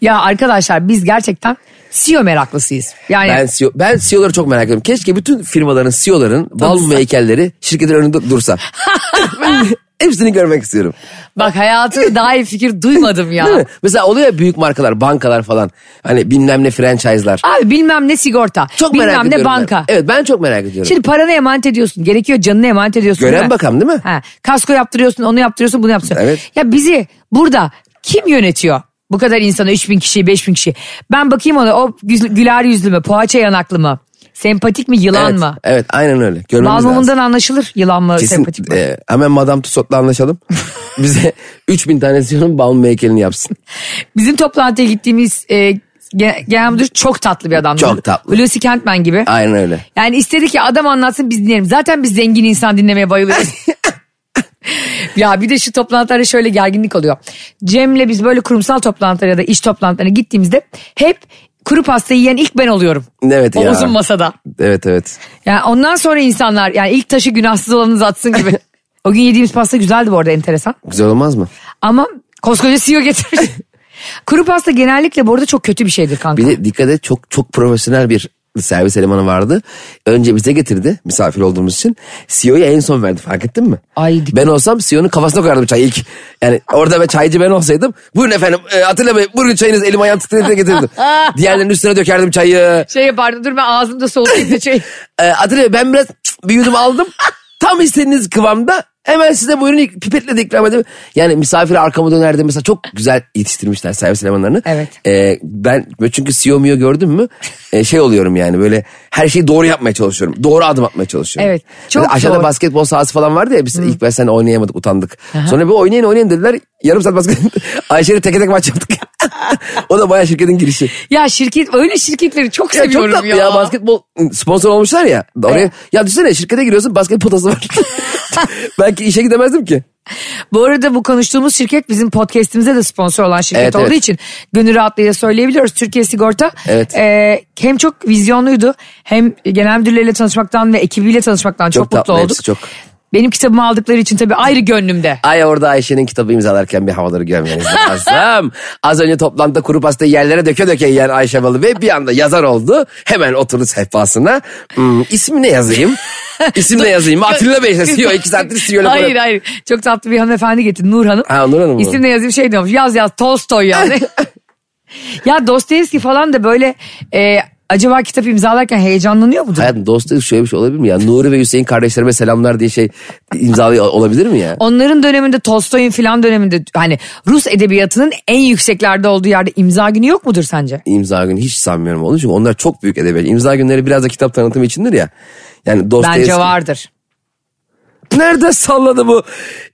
Speaker 2: ya arkadaşlar biz gerçekten CEO meraklısıyız. Yani
Speaker 3: ben, CEO, ben CEO'ları çok merak ediyorum. Keşke bütün firmaların CEO'ların bal mum heykelleri şirketin önünde dursa. Ben Hepsini görmek istiyorum.
Speaker 2: Bak hayatımda daha iyi fikir duymadım
Speaker 3: Değil
Speaker 2: ya.
Speaker 3: mi? Mesela oluyor ya büyük markalar, bankalar falan. Hani bilmem ne franchise'lar.
Speaker 2: Abi bilmem ne sigorta.
Speaker 3: Çok
Speaker 2: bilmem
Speaker 3: merak
Speaker 2: ne
Speaker 3: ediyorum. ben.
Speaker 2: banka.
Speaker 3: Evet ben çok merak ediyorum.
Speaker 2: Şimdi paranı emanet ediyorsun. Gerekiyor canını emanet ediyorsun.
Speaker 3: Gören
Speaker 2: mi?
Speaker 3: bakan değil mi?
Speaker 2: Ha, kasko yaptırıyorsun, onu yaptırıyorsun, bunu yaptırıyorsun.
Speaker 3: Evet.
Speaker 2: Ya bizi burada kim yönetiyor? Bu kadar insanı 3000 kişiyi 5000 kişi. Ben bakayım ona o güz- güler yüzlü mü, poğaça yanaklı mı? Sempatik mi, yılan
Speaker 3: evet,
Speaker 2: mı?
Speaker 3: Evet aynen öyle. Görmemiz lazım.
Speaker 2: Balmumundan anlaşılır yılan mı,
Speaker 3: Kesin,
Speaker 2: sempatik mi?
Speaker 3: e, hemen Madame Tussauds'la anlaşalım. Bize 3000 tane siyonun balmum heykelini yapsın.
Speaker 2: Bizim toplantıya gittiğimiz e, gen- genel müdür çok tatlı bir adamdı.
Speaker 3: Çok tatlı.
Speaker 2: Hulusi Kentmen gibi.
Speaker 3: Aynen öyle.
Speaker 2: Yani istedi ki adam anlatsın biz dinleyelim. Zaten biz zengin insan dinlemeye bayılıyoruz. Ya bir de şu toplantılarda şöyle gerginlik oluyor. Cem'le biz böyle kurumsal toplantılara ya da iş toplantılarına gittiğimizde hep kuru pastayı yiyen ilk ben oluyorum.
Speaker 3: Evet
Speaker 2: o
Speaker 3: ya.
Speaker 2: uzun masada.
Speaker 3: Evet evet.
Speaker 2: Yani ondan sonra insanlar yani ilk taşı günahsız olanınız atsın gibi. o gün yediğimiz pasta güzeldi bu arada enteresan.
Speaker 3: Güzel olmaz mı?
Speaker 2: Ama koskoca CEO getirmiş. Kuru pasta genellikle bu arada çok kötü bir şeydir kanka.
Speaker 3: Bir de dikkat et çok çok profesyonel bir servis elemanı vardı. Önce bize getirdi misafir olduğumuz için. CEO'ya en son verdi fark ettin mi?
Speaker 2: Ay, dikkat-
Speaker 3: Ben olsam CEO'nun kafasına koyardım çay ilk. Yani orada ben çaycı ben olsaydım. Buyurun efendim e, Atilla Bey buyurun çayınız elim ayağım titredi de getirdim. Diğerlerinin üstüne dökerdim çayı.
Speaker 2: Şey yapardı dur ben ağzımda soğutayım da şey.
Speaker 3: E, Atilla Bey ben biraz cık, bir yudum aldım. Tam istediğiniz kıvamda hemen size buyurun ilk pipetle de ikram edeyim. Yani misafir arkama dönerdi mesela çok güzel yetiştirmişler servis elemanlarını.
Speaker 2: Evet.
Speaker 3: E, ben böyle çünkü CEO mio gördüm mü e, şey oluyorum yani böyle her şeyi doğru yapmaya çalışıyorum. Doğru adım atmaya çalışıyorum.
Speaker 2: Evet, çok
Speaker 3: Mesela aşağıda
Speaker 2: doğru.
Speaker 3: basketbol sahası falan vardı ya biz ilk ben sen oynayamadık utandık. Sonra bir oynayın oynayın dediler yarım saat basket. Ayşe'yle teke tek maç yaptık. o da bayağı şirketin girişi.
Speaker 2: Ya şirket öyle şirketleri çok
Speaker 3: Ya
Speaker 2: seviyorum
Speaker 3: çok
Speaker 2: ya.
Speaker 3: tatlı ya. basketbol sponsor olmuşlar ya. Oraya,
Speaker 2: Evet.
Speaker 3: Ya düşünsene şirkete giriyorsun basket potası var. Belki işe gidemezdim ki.
Speaker 2: Bu arada bu konuştuğumuz şirket bizim podcastimize de sponsor olan şirket
Speaker 3: Evet,
Speaker 2: olduğu
Speaker 3: evet.
Speaker 2: için gönül rahatlığıyla söyleyebiliyoruz. Türkiye Sigorta
Speaker 3: Evet.
Speaker 2: e, hem çok vizyonluydu hem genel müdürleriyle tanışmaktan ve ekibiyle tanışmaktan çok,
Speaker 3: Çok
Speaker 2: mutlu
Speaker 3: tatlı
Speaker 2: olduk.
Speaker 3: hepsi çok.
Speaker 2: Benim kitabımı aldıkları için tabii ayrı gönlümde.
Speaker 3: Ay orada Ayşe'nin kitabı imzalarken bir havaları görmeniz lazım. Az önce toplantıda kuru pasta yerlere döke döke yiyen Ayşe Balı Bey bir anda yazar oldu. Hemen oturdu sehpasına. Hmm, ismi ne yazayım? İsim ne yazayım? Atilla Bey işte CEO. iki saattir CEO'yla
Speaker 2: Hayır hayır. Çok tatlı bir hanımefendi getirdi Nur Hanım.
Speaker 3: Ha, Nur Hanım mı?
Speaker 2: İsim de yazayım şey diyormuş. Yaz yaz Tolstoy yani. ya Dostoyevski falan da böyle e, acaba kitap imzalarken heyecanlanıyor mudur?
Speaker 3: Hayatım dostluk şöyle bir şey olabilir mi ya? Nuri ve Hüseyin kardeşlerime selamlar diye şey imzalı olabilir mi ya?
Speaker 2: Onların döneminde Tolstoy'un filan döneminde hani Rus edebiyatının en yükseklerde olduğu yerde imza günü yok mudur sence?
Speaker 3: imza günü hiç sanmıyorum oğlum. Çünkü onlar çok büyük edebiyat. İmza günleri biraz da kitap tanıtımı içindir ya. Yani Dostoyevski.
Speaker 2: Bence vardır.
Speaker 3: Nerede salladı bu?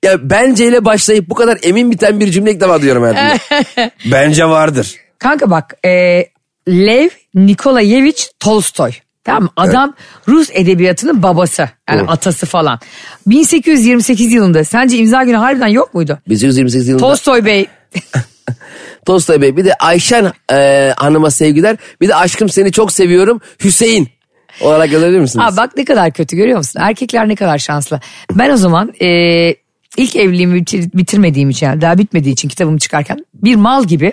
Speaker 3: Ya benceyle başlayıp bu kadar emin biten bir cümle ilk defa diyorum hayatımda. Bence vardır.
Speaker 2: Kanka bak e, Lev Nikolayeviç Tolstoy. Tamam mı? Adam Rus edebiyatının babası. Yani atası falan. 1828 yılında sence imza günü harbiden yok muydu?
Speaker 3: 1828 yılında
Speaker 2: Tolstoy Bey
Speaker 3: Tolstoy Bey bir de Ayşen e, hanıma sevgiler. Bir de aşkım seni çok seviyorum Hüseyin olarak görebilir misiniz?
Speaker 2: Aa, bak ne kadar kötü görüyor musun? Erkekler ne kadar şanslı. Ben o zaman e, ilk evliliğimi bitir- bitirmediğim için yani daha bitmediği için kitabım çıkarken bir mal gibi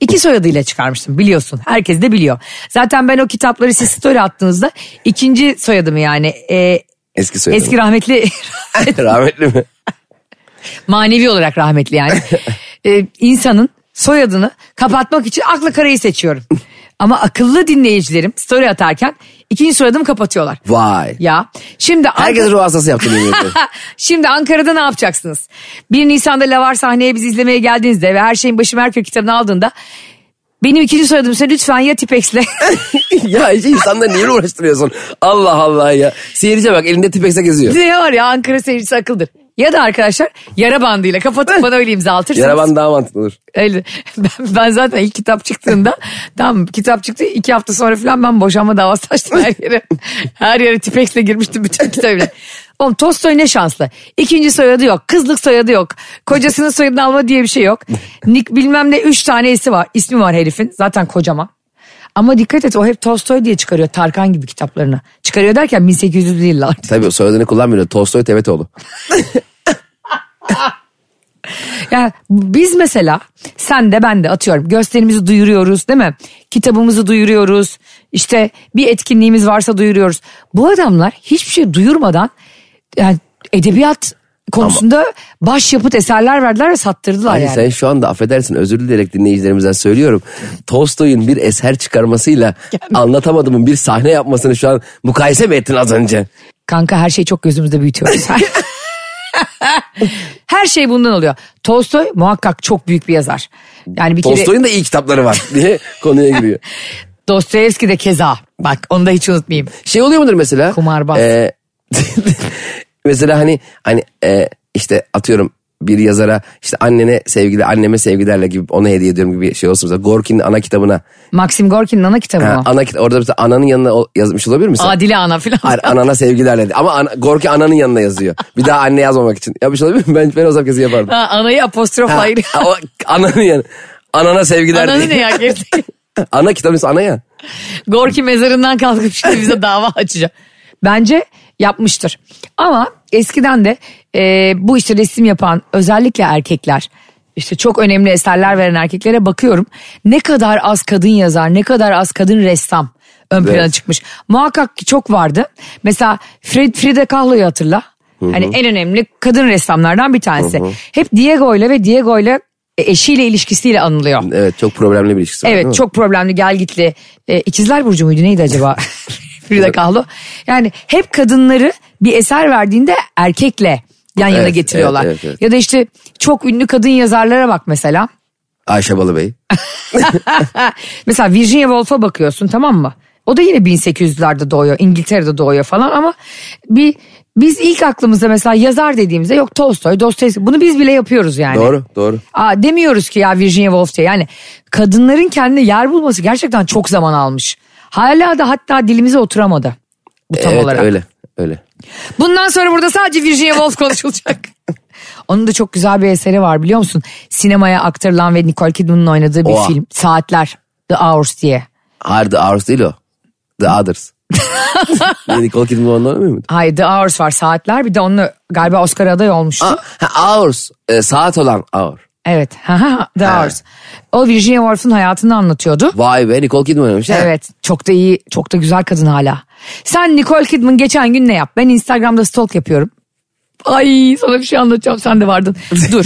Speaker 2: iki soyadıyla çıkarmıştım biliyorsun. Herkes de biliyor. Zaten ben o kitapları siz story attığınızda ikinci soyadımı yani e,
Speaker 3: Eski soyadım.
Speaker 2: eski rahmetli
Speaker 3: Rahmetli mi?
Speaker 2: manevi olarak rahmetli yani e, insanın soyadını kapatmak için akla karayı seçiyorum. Ama akıllı dinleyicilerim story atarken ikinci soyadımı kapatıyorlar.
Speaker 3: Vay.
Speaker 2: Ya şimdi
Speaker 3: Herkes
Speaker 2: Ankara-
Speaker 3: ruh hastası yaptı. yemin ediyorum.
Speaker 2: Şimdi Ankara'da ne yapacaksınız? 1 Nisan'da Lavar sahneye bizi izlemeye geldiğinizde ve her şeyin başı Merkür kitabını aldığında benim ikinci soyadımsa lütfen ya Tipex'le
Speaker 3: ya işte insanları niye uğraştırıyorsun? Allah Allah ya. Seyirciye bak elinde tipekse geziyor.
Speaker 2: ne var ya Ankara seyircisi akıldır. Ya da arkadaşlar yara bandıyla kapatıp bana öyle imza atırsınız.
Speaker 3: Yaraban daha mantıklı olur.
Speaker 2: Öyle. Ben, ben zaten ilk kitap çıktığında tam kitap çıktı iki hafta sonra falan ben boşanma davası açtım her yere. Her yere tipexle girmiştim bütün kitabıyla. Oğlum Tolstoy ne şanslı. İkinci soyadı yok. Kızlık soyadı yok. Kocasının soyadını alma diye bir şey yok. Nick bilmem ne üç tane isi var. İsmi var herifin. Zaten kocaman. Ama dikkat et o hep Tolstoy diye çıkarıyor Tarkan gibi kitaplarını. Çıkarıyor derken 1800'lü yıllar.
Speaker 3: Tabii soyadını kullanmıyor. Tolstoy Tevetoğlu.
Speaker 2: Yani biz mesela sen de ben de atıyorum gösterimizi duyuruyoruz değil mi? Kitabımızı duyuruyoruz. İşte bir etkinliğimiz varsa duyuruyoruz. Bu adamlar hiçbir şey duyurmadan yani edebiyat konusunda başyapıt eserler verdiler ve sattırdılar
Speaker 3: Hani
Speaker 2: yani.
Speaker 3: sen şu anda affedersin özür dileyerek dinleyicilerimizden söylüyorum. Tolstoy'un bir eser çıkarmasıyla anlatamadığımın bir sahne yapmasını şu an mukayese mi ettin az önce?
Speaker 2: Kanka her şeyi çok gözümüzde büyütüyoruz. her şey bundan oluyor. Tolstoy muhakkak çok büyük bir yazar. Yani bir kere
Speaker 3: Tolstoy'un da iyi kitapları var diye konuya giriyor.
Speaker 2: Dostoyevski de keza. Bak onu da hiç unutmayayım.
Speaker 3: Şey oluyor mudur mesela?
Speaker 2: Kumarbaz.
Speaker 3: Ee, mesela hani hani e, işte atıyorum bir yazara işte annene sevgili anneme sevgilerle gibi ona hediye ediyorum gibi bir şey olsun. Mesela Gorki'nin ana kitabına.
Speaker 2: Maxim Gorki'nin ana kitabı
Speaker 3: Ha,
Speaker 2: mı?
Speaker 3: ana kita- orada mesela ananın yanına o- yazmış olabilir misin?
Speaker 2: Adile ana filan.
Speaker 3: Hayır anana sevgilerle. de- Ama ana- Gorki ananın yanına yazıyor. Bir daha anne yazmamak için. Yapmış olabilir mi? Ben, ben o zaman kesin yapardım.
Speaker 2: Ha, anayı apostrof
Speaker 3: Ha,
Speaker 2: ayrı.
Speaker 3: o ananın yanı. Anana sevgiler
Speaker 2: Ananı ne
Speaker 3: diye.
Speaker 2: ya gerçekten?
Speaker 3: Ana kitabın ismi ana ya.
Speaker 2: Gorki mezarından kalkıp şimdi bize dava açacak. Bence yapmıştır. Ama eskiden de e, bu işte resim yapan özellikle erkekler işte çok önemli eserler veren erkeklere bakıyorum. Ne kadar az kadın yazar, ne kadar az kadın ressam ön plana
Speaker 3: Evet.
Speaker 2: çıkmış. Muhakkak ki çok vardı. Mesela Fred, Frida Kahlo'yu hatırla. Hani en önemli kadın ressamlardan bir tanesi. Hep Diego ile ve Diego ile eşiyle ilişkisiyle anılıyor.
Speaker 3: Evet çok problemli bir ilişkisi var. değil mi?
Speaker 2: Evet çok problemli gel gitli. E, İkizler Burcu muydu neydi acaba? Frida Kahlo. Yani hep kadınları bir eser verdiğinde erkekle yan yana
Speaker 3: Evet,
Speaker 2: getiriyorlar.
Speaker 3: evet, evet, evet.
Speaker 2: Ya da işte çok ünlü kadın yazarlara bak mesela.
Speaker 3: Ayşe Balıbey.
Speaker 2: Mesela Virginia Woolf'a bakıyorsun tamam mı? O da yine 1800'lerde doğuyor, İngiltere'de doğuyor falan ama bir biz ilk aklımıza mesela yazar dediğimizde yok Tolstoy, Dostoyevski bunu biz bile yapıyoruz yani.
Speaker 3: Doğru doğru.
Speaker 2: Aa, demiyoruz ki ya Virginia Woolf diye. Yani kadınların kendine yer bulması gerçekten çok zaman almış. Hala da hatta dilimize oturamadı. Bu tam
Speaker 3: evet
Speaker 2: olarak.
Speaker 3: öyle öyle.
Speaker 2: Bundan sonra burada sadece Virginia Woolf konuşulacak. Onun da çok güzel bir eseri var biliyor musun? Sinemaya aktarılan ve Nicole Kidman'ın oynadığı bir
Speaker 3: Oha.
Speaker 2: film. Saatler. The Hours diye.
Speaker 3: Hayır The Hours değil o. The Others. Niye Nicole Kidman onunla oynamıyor muydu?
Speaker 2: Hayır The Hours var Saatler. Bir de onunla galiba Oscar aday olmuştu.
Speaker 3: Ha, ha, hours. E, saat olan hour.
Speaker 2: Evet. The Hours. O Virginia Woolf'un hayatını anlatıyordu.
Speaker 3: Vay be Nicole Kidman oynamış. ha.
Speaker 2: Evet çok da iyi çok da güzel kadın hala. Sen Nicole Kidman geçen gün ne yap? Ben Instagram'da stalk yapıyorum. Ay sana bir şey anlatacağım sen de vardın. Dur.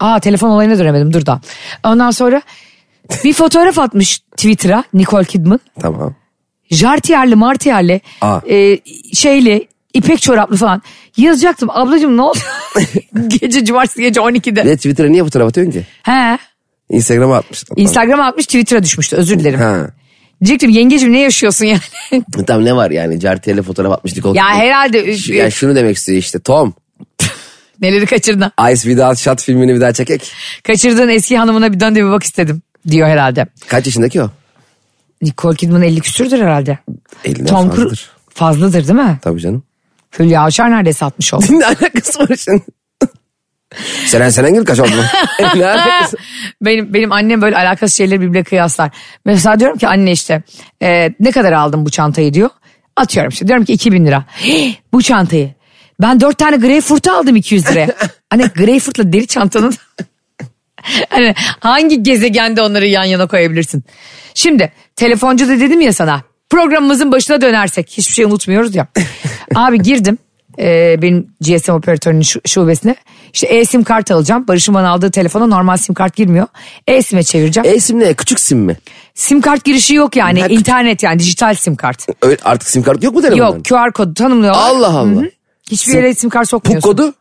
Speaker 2: Aa telefon olayına dönemedim dur da. Ondan sonra bir fotoğraf atmış Twitter'a Nicole Kidman.
Speaker 3: Tamam.
Speaker 2: Jartiyerli martiyerli
Speaker 3: Aa.
Speaker 2: e, şeyli ipek çoraplı falan. Yazacaktım ablacığım ne oldu? gece cumartesi gece 12'de.
Speaker 3: Ve Twitter'a niye fotoğraf atıyorsun ki?
Speaker 2: He.
Speaker 3: Instagram'a atmıştın.
Speaker 2: Instagram'a atmış Twitter'a düşmüştü özür dilerim.
Speaker 3: Ha.
Speaker 2: Diyecektim yengeciğim ne yaşıyorsun yani?
Speaker 3: Tam ne var yani? Cartiel'e fotoğraf atmış Nicole
Speaker 2: ya
Speaker 3: Kidman.
Speaker 2: herhalde e,
Speaker 3: Şu- yani şunu demek istiyor işte Tom.
Speaker 2: Neleri kaçırdın?
Speaker 3: Ice Without Shot filmini bir daha çekek.
Speaker 2: Kaçırdığın eski hanımına bir dön de bir bak istedim diyor herhalde.
Speaker 3: Kaç yaşındaki o?
Speaker 2: Nicole Kidman 50 küsürdür herhalde.
Speaker 3: Elinden
Speaker 2: Tom
Speaker 3: fazladır.
Speaker 2: Cruise fazladır değil mi?
Speaker 3: Tabii canım.
Speaker 2: Hülya Avşar neredeyse atmış oldu.
Speaker 3: ne alakası var şimdi? Seren Serengil kaç oldu? E, ne alakası?
Speaker 2: benim benim annem böyle alakasız şeyleri birbirine kıyaslar. Mesela diyorum ki anne işte e, ne kadar aldım bu çantayı diyor. Atıyorum işte diyorum ki 2000 lira. bu çantayı. Ben dört tane greyfurt aldım 200 liraya. hani greyfurtla deri çantanın hani hangi gezegende onları yan yana koyabilirsin? Şimdi telefoncu da dedim ya sana programımızın başına dönersek hiçbir şey unutmuyoruz ya. Abi girdim e, benim GSM operatörünün şu- şubesine. İşte e-sim kart alacağım. Barış'ın bana aldığı telefona normal sim kart girmiyor. E-sim'e çevireceğim.
Speaker 3: E sim ne? Küçük sim mi?
Speaker 2: sim kart girişi yok yani.
Speaker 3: Ne-
Speaker 2: internet yani dijital sim kart.
Speaker 3: Öyle, artık sim kartı yok mu telefonda?
Speaker 2: Yok QR kodu tanımlıyor.
Speaker 3: Allah Allah.
Speaker 2: Hiçbir
Speaker 3: Sim-
Speaker 2: yere sim kart
Speaker 3: Puk
Speaker 2: sokmuyorsun.
Speaker 3: kodu?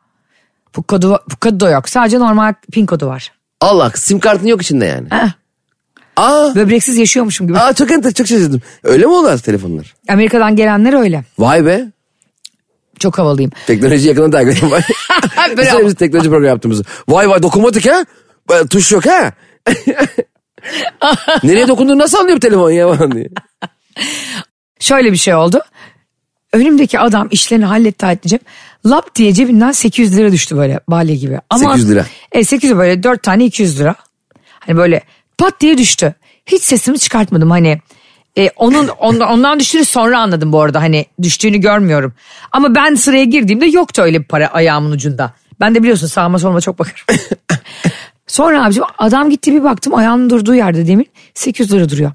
Speaker 2: Puk kodu, puk kodu da yok. Sadece normal pin kodu var.
Speaker 3: Allah sim kartın yok içinde yani.
Speaker 2: Heh.
Speaker 3: Aa,
Speaker 2: Böbreksiz yaşıyormuşum gibi.
Speaker 3: aa çok enter, çok şaşırdım. Öyle mi olan telefonlar?
Speaker 2: Amerika'dan gelenler öyle.
Speaker 3: Vay be.
Speaker 2: Çok havalıyım.
Speaker 3: Teknoloji yakından takip ediyorum. Vay.
Speaker 2: Böyle
Speaker 3: Bir sene biz teknoloji programı yaptığımızı. Vay vay dokunmatik ha. Ba- Tuş yok ha. Nereye dokunduğunu nasıl anlıyor bu telefon ya falan diye.
Speaker 2: Şöyle bir şey oldu. Önümdeki adam işlerini halletti halledecek. Lap diye cebinden 800 lira düştü böyle balya gibi.
Speaker 3: 800 lira.
Speaker 2: E 800 böyle 4 tane 200 lira. Hani böyle pat diye düştü. Hiç sesimi çıkartmadım hani. E, onun ondan, ondan düştüğünü sonra anladım bu arada hani düştüğünü görmüyorum. Ama ben sıraya girdiğimde yoktu öyle bir para ayağımın ucunda. Ben de biliyorsun sağıma soluma çok bakarım. sonra abicim adam gitti bir baktım ayağının durduğu yerde demin 800 lira duruyor.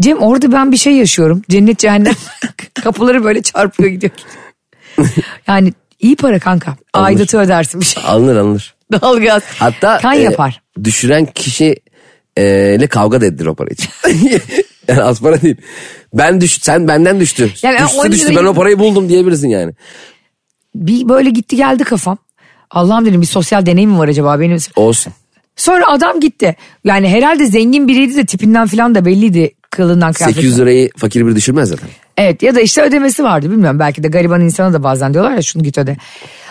Speaker 2: Cem orada ben bir şey yaşıyorum. Cennet cehennem kapıları böyle çarpıyor gidiyor. Yani iyi para kanka.
Speaker 3: Alınır.
Speaker 2: Aidatı ödersin bir şey.
Speaker 3: Alınır alınır.
Speaker 2: Dalgaz.
Speaker 3: Hatta
Speaker 2: Kan
Speaker 3: e,
Speaker 2: yapar.
Speaker 3: düşüren kişi e, ile kavga da edilir o para için. yani az para değil. Ben düş, sen benden düştü.
Speaker 2: Yani
Speaker 3: düştü
Speaker 2: 10
Speaker 3: düştü
Speaker 2: lirayı-
Speaker 3: ben o parayı buldum diyebilirsin yani.
Speaker 2: Bir böyle gitti geldi kafam. Allah'ım dedim bir sosyal deneyim mi var acaba benim?
Speaker 3: Olsun.
Speaker 2: Sonra adam gitti. Yani herhalde zengin biriydi de tipinden falan da belliydi kılından kıyafetinden.
Speaker 3: 800 lirayı fakir biri düşürmez zaten.
Speaker 2: Evet ya da işte ödemesi vardı bilmiyorum belki de gariban insana da bazen diyorlar ya şunu git öde.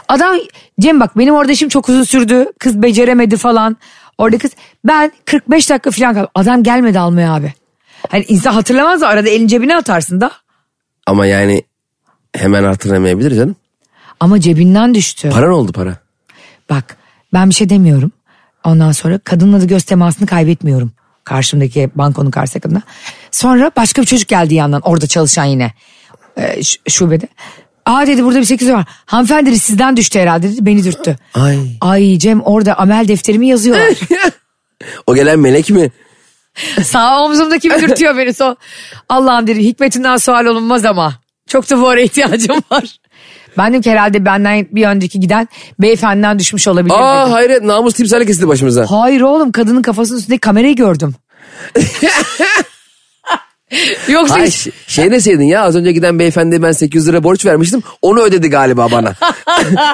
Speaker 2: Adam Cem bak benim orada işim çok uzun sürdü. Kız beceremedi falan. Orada kız ben 45 dakika falan kaldım. Adam gelmedi almaya abi. Hani insan hatırlamaz da arada elin cebine atarsın da.
Speaker 3: Ama yani hemen hatırlamayabilir canım.
Speaker 2: Ama cebinden düştü.
Speaker 3: Para ne oldu para?
Speaker 2: Bak ben bir şey demiyorum. Ondan sonra kadınla da göz temasını kaybetmiyorum. Karşımdaki bankonun karşı yakında. Sonra başka bir çocuk geldi yandan orada çalışan yine. Ee, ş- şubede. Aa dedi burada bir 8 var. Hanımefendi dedi, sizden düştü herhalde dedi. Beni dürttü.
Speaker 3: Ay.
Speaker 2: Ay Cem orada amel defterimi yazıyor.
Speaker 3: O gelen melek mi?
Speaker 2: Sağ omzumdaki bir dürtüyor beni son. Allah'ım dedim hikmetinden sual olunmaz ama. Çok da bu ara ihtiyacım var. Ben dedim ki herhalde benden bir önceki giden beyefendiden düşmüş olabilir dedim.
Speaker 3: Aa hayret namus timsali kesildi başımıza.
Speaker 2: Hayır oğlum kadının kafasının üstünde kamerayı gördüm. Yoksa
Speaker 3: Ay,
Speaker 2: hiç-
Speaker 3: ş- şey deseydin ya az önce giden beyefendiye ben 800 lira borç vermiştim onu ödedi galiba bana.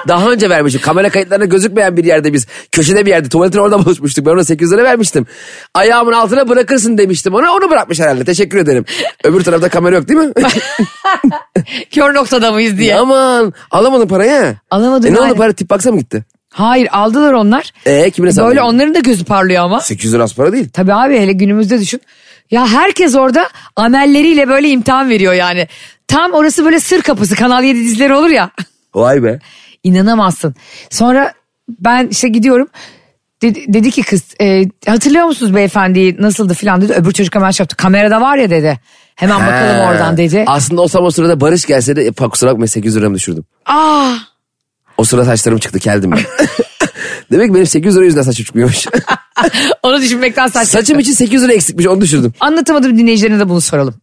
Speaker 3: Daha önce vermişim kamera kayıtlarına gözükmeyen bir yerde biz köşede bir yerde tuvaletin orada buluşmuştuk ben ona 800 lira vermiştim. Ayağımın altına bırakırsın demiştim ona onu bırakmış herhalde teşekkür ederim. Öbür tarafta kamera yok değil mi?
Speaker 2: kör noktada mıyız diye.
Speaker 3: Aman alamadın parayı.
Speaker 2: Alamadım
Speaker 3: E ne oldu
Speaker 2: yani.
Speaker 3: para tip baksa mı gitti?
Speaker 2: Hayır aldılar onlar.
Speaker 3: E kimine sandın?
Speaker 2: Böyle onların da gözü parlıyor ama.
Speaker 3: 800 lira az para değil.
Speaker 2: Tabii abi hele günümüzde düşün. Ya herkes orada amelleriyle böyle imtihan veriyor yani. Tam orası böyle sır kapısı Kanal 7 dizileri olur ya.
Speaker 3: Vay be.
Speaker 2: İnanamazsın. Sonra ben işte gidiyorum. Dedi, dedi ki kız e, hatırlıyor musunuz beyefendiyi nasıldı filan dedi. Öbür çocuk hemen şey yaptı. Kamerada var ya dedi. Hemen bakalım
Speaker 3: Ha.
Speaker 2: oradan dedi.
Speaker 3: Aslında olsam o sırada Barış gelse de "E, pa- kusura bakma 800 liramı düşürdüm.
Speaker 2: Aa,
Speaker 3: O sırada saçlarım çıktı geldim ben. Demek ki benim 800 lira yüzünden saçım çıkmıyormuş.
Speaker 2: onu düşünmekten saçma.
Speaker 3: Saçım için 800 lira eksikmiş onu düşürdüm.
Speaker 2: Anlatamadım dinleyicilerine de bunu soralım.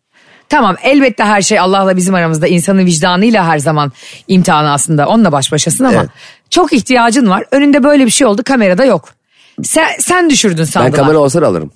Speaker 2: Tamam elbette her şey Allah'la bizim aramızda insanın vicdanıyla her zaman imtihanı aslında onunla baş başasın ama
Speaker 3: Evet.
Speaker 2: çok ihtiyacın var. Önünde böyle bir şey oldu kamerada yok. Sen, sen düşürdün
Speaker 3: Ben
Speaker 2: sandılar.
Speaker 3: kamera olsa da alırım.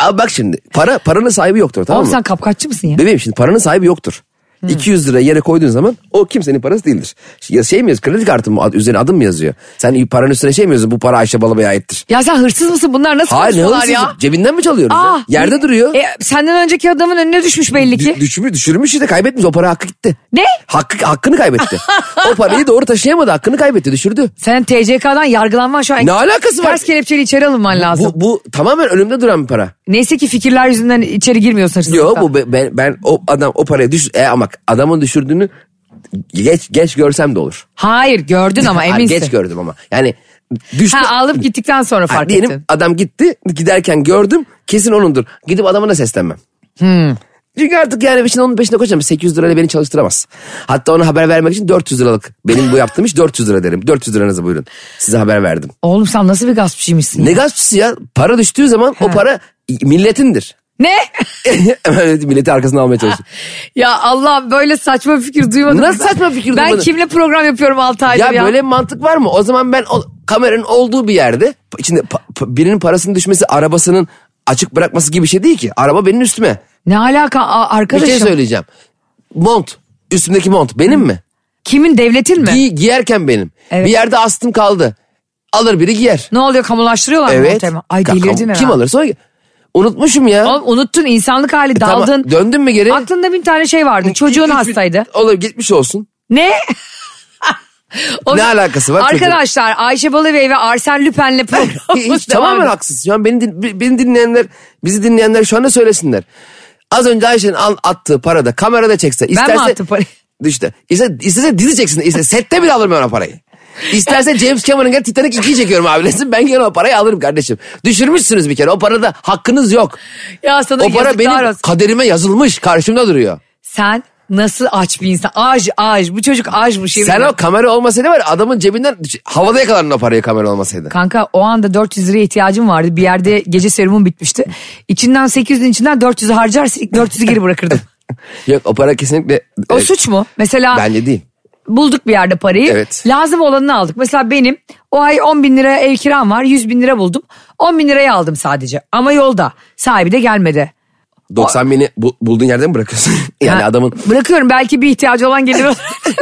Speaker 3: Abi bak şimdi para paranın sahibi yoktur tamam
Speaker 2: Oğlum
Speaker 3: mı?
Speaker 2: sen Hmm. kapkaççı mısın ya?
Speaker 3: Bebeğim şimdi paranın sahibi yoktur. 200 lira yere koyduğun zaman o kimsenin parası değildir. Ya şey mi yazıyor kredi kartı mı ad- üzerine adım mı yazıyor? Sen paranın üstüne şey mi yazıyorsun bu para Ayşe Balabay'a aittir.
Speaker 2: Ya sen hırsız mısın bunlar nasıl
Speaker 3: Hayır ne
Speaker 2: konuşmalar
Speaker 3: hırsızlık
Speaker 2: ya?
Speaker 3: cebinden mi çalıyoruz
Speaker 2: Ah,
Speaker 3: ya? Yerde duruyor.
Speaker 2: E, senden önceki adamın önüne düşmüş belli ki.
Speaker 3: Dü- düşmüş, düşürmüş işte kaybetmiş o para hakkı gitti.
Speaker 2: Ne?
Speaker 3: Hakkı, hakkını kaybetti. o parayı doğru taşıyamadı hakkını kaybetti düşürdü.
Speaker 2: Sen TCK'dan yargılanman şu an.
Speaker 3: Ne alakası var?
Speaker 2: Ters kelepçeli içeri alınman lazım.
Speaker 3: Bu, bu tamamen önümde duran bir para.
Speaker 2: Neyse ki fikirler yüzünden içeri girmiyorsun hırsızlıkta.
Speaker 3: Yo bu be- ben, ben o adam o parayı düş e ama adamın düşürdüğünü geç geç görsem de olur.
Speaker 2: Hayır gördün ama
Speaker 3: Ha,
Speaker 2: eminsin.
Speaker 3: geç gördüm ama. Yani düştü.
Speaker 2: Ha alıp gittikten sonra
Speaker 3: Ha,
Speaker 2: fark
Speaker 3: diyelim
Speaker 2: ettin.
Speaker 3: adam gitti giderken gördüm kesin onundur. Gidip adama da seslenmem. Çünkü artık yani bir şeyin onun peşinde koşamam. 800 lirayla beni çalıştıramaz. Hatta ona haber vermek için 400 liralık. Benim bu yaptığım iş 400 lira derim. 400 liranızı buyurun. Size haber verdim.
Speaker 2: Oğlum sen nasıl bir gaspçıymışsın?
Speaker 3: Ne gaspçısı ya? Para düştüğü zaman o para milletindir.
Speaker 2: Ne?
Speaker 3: Hemen milleti arkasına almaya çalışıyor.
Speaker 2: ya Allah böyle saçma bir fikir duymadım.
Speaker 3: Nasıl
Speaker 2: Ben-
Speaker 3: saçma fikir
Speaker 2: Ben
Speaker 3: duymadın?
Speaker 2: kimle program yapıyorum 6 aydır ya?
Speaker 3: Ya, böyle bir mantık var mı? O zaman ben o kameranın olduğu bir yerde içinde pa- pa- birinin parasının düşmesi arabasının açık bırakması gibi bir şey değil ki. Araba benim üstüme.
Speaker 2: Ne alaka a-
Speaker 3: Bir
Speaker 2: arkadaşım?
Speaker 3: şey söyleyeceğim. Mont. Üstümdeki mont benim mi?
Speaker 2: Kimin devletin mi?
Speaker 3: Giy- giyerken benim.
Speaker 2: Evet.
Speaker 3: Bir yerde astım kaldı. Alır biri giyer.
Speaker 2: ne oluyor kamulaştırıyorlar mı o
Speaker 3: Evet.
Speaker 2: tema? Ay
Speaker 3: Ka-
Speaker 2: delirdin
Speaker 3: kam-
Speaker 2: herhalde.
Speaker 3: Kim alır sonra? Unutmuşum ya.
Speaker 2: Oğlum unuttun insanlık hali
Speaker 3: E, Tamam,
Speaker 2: daldın.
Speaker 3: Döndün mü geri?
Speaker 2: Aklında bin tane şey vardı. Çocuğun
Speaker 3: Gitmiş-
Speaker 2: hastaydı.
Speaker 3: Olur gitmiş olsun.
Speaker 2: Ne? O-
Speaker 3: Ne alakası var çocuğun?
Speaker 2: Arkadaşlar Ayşe Balıbey ve Arsen Lüpen'le programımız
Speaker 3: Hiç tamamen
Speaker 2: devam ediyor.
Speaker 3: haksız. Şu an beni, din- beni dinleyenler, bizi dinleyenler şu anda söylesinler. Az önce Ayşe'nin al- attığı parada kamerada çekse. isterse,
Speaker 2: attım parayı?
Speaker 3: İşte, iste, istese dizi çeksin. İste, sette bile alırım ben o parayı. İsterse James Cameron gel Titanic 2'yi çekiyorum abilesin. Ben gene o parayı alırım kardeşim. Düşürmüşsünüz bir kere. O parada hakkınız yok.
Speaker 2: Ya sana
Speaker 3: O para
Speaker 2: yazıklar
Speaker 3: benim
Speaker 2: olsun.
Speaker 3: kaderime yazılmış. Karşımda duruyor.
Speaker 2: Sen nasıl aç bir insan? Aj aj. Bu çocuk ajmış. yemin
Speaker 3: Sen
Speaker 2: ederim.
Speaker 3: o kamera olmasaydı var ya, adamın cebinden düş- havada yakalardın o parayı kamera olmasaydı.
Speaker 2: Kanka o anda 400 liraya ihtiyacım vardı. Bir yerde gece serumum bitmişti. İçinden 800'ün içinden 400'ü harcarsın. 400'ü geri bırakırdım.
Speaker 3: Yok o para kesinlikle...
Speaker 2: O
Speaker 3: e,
Speaker 2: suç mu? Mesela
Speaker 3: Bence değil.
Speaker 2: bulduk bir yerde parayı.
Speaker 3: Evet.
Speaker 2: Lazım olanını aldık. Mesela benim o ay 10 bin lira ev kiram var. 100 bin lira buldum. 10 bin liraya aldım sadece. Ama yolda. Sahibi de gelmedi.
Speaker 3: 90 bini bu- bulduğun yerde mi bırakıyorsun? yani
Speaker 2: Ha,
Speaker 3: adamın
Speaker 2: Bırakıyorum belki bir ihtiyacı olan gelir. Bütün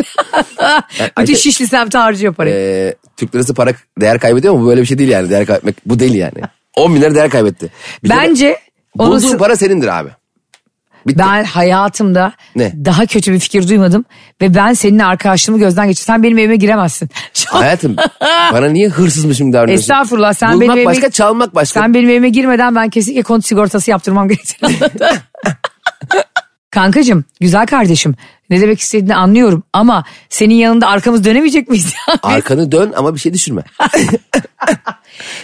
Speaker 3: Ayşe-
Speaker 2: şişli semti harcıyor parayı.
Speaker 3: e, Türk lirası para değer kaybediyor ama bu böyle bir şey değil yani. Değer kaybetmek bu değil yani. 10 bin lira değer kaybetti. Bir kere
Speaker 2: Bence onun
Speaker 3: bulduğun
Speaker 2: sı-
Speaker 3: para senindir abi. Bitti.
Speaker 2: Ben hayatımda
Speaker 3: Ne?
Speaker 2: daha kötü bir fikir duymadım ve ben senin arkadaşlığımı gözden geçir. Sen benim evime giremezsin. Şu an-
Speaker 3: Hayatım bana niye hırsızmışım davranıyorsun?
Speaker 2: Estağfurullah sen
Speaker 3: Bulmak
Speaker 2: benim evime...
Speaker 3: başka çalmak başka.
Speaker 2: Sen benim evime girmeden ben kesinlikle konut sigortası yaptırmam gerekiyor. Kankacığım, güzel kardeşim. Ne demek istediğini anlıyorum ama senin yanında arkamız dönemeyecek miyiz? ya?
Speaker 3: Arkanı dön ama bir şey düşürme.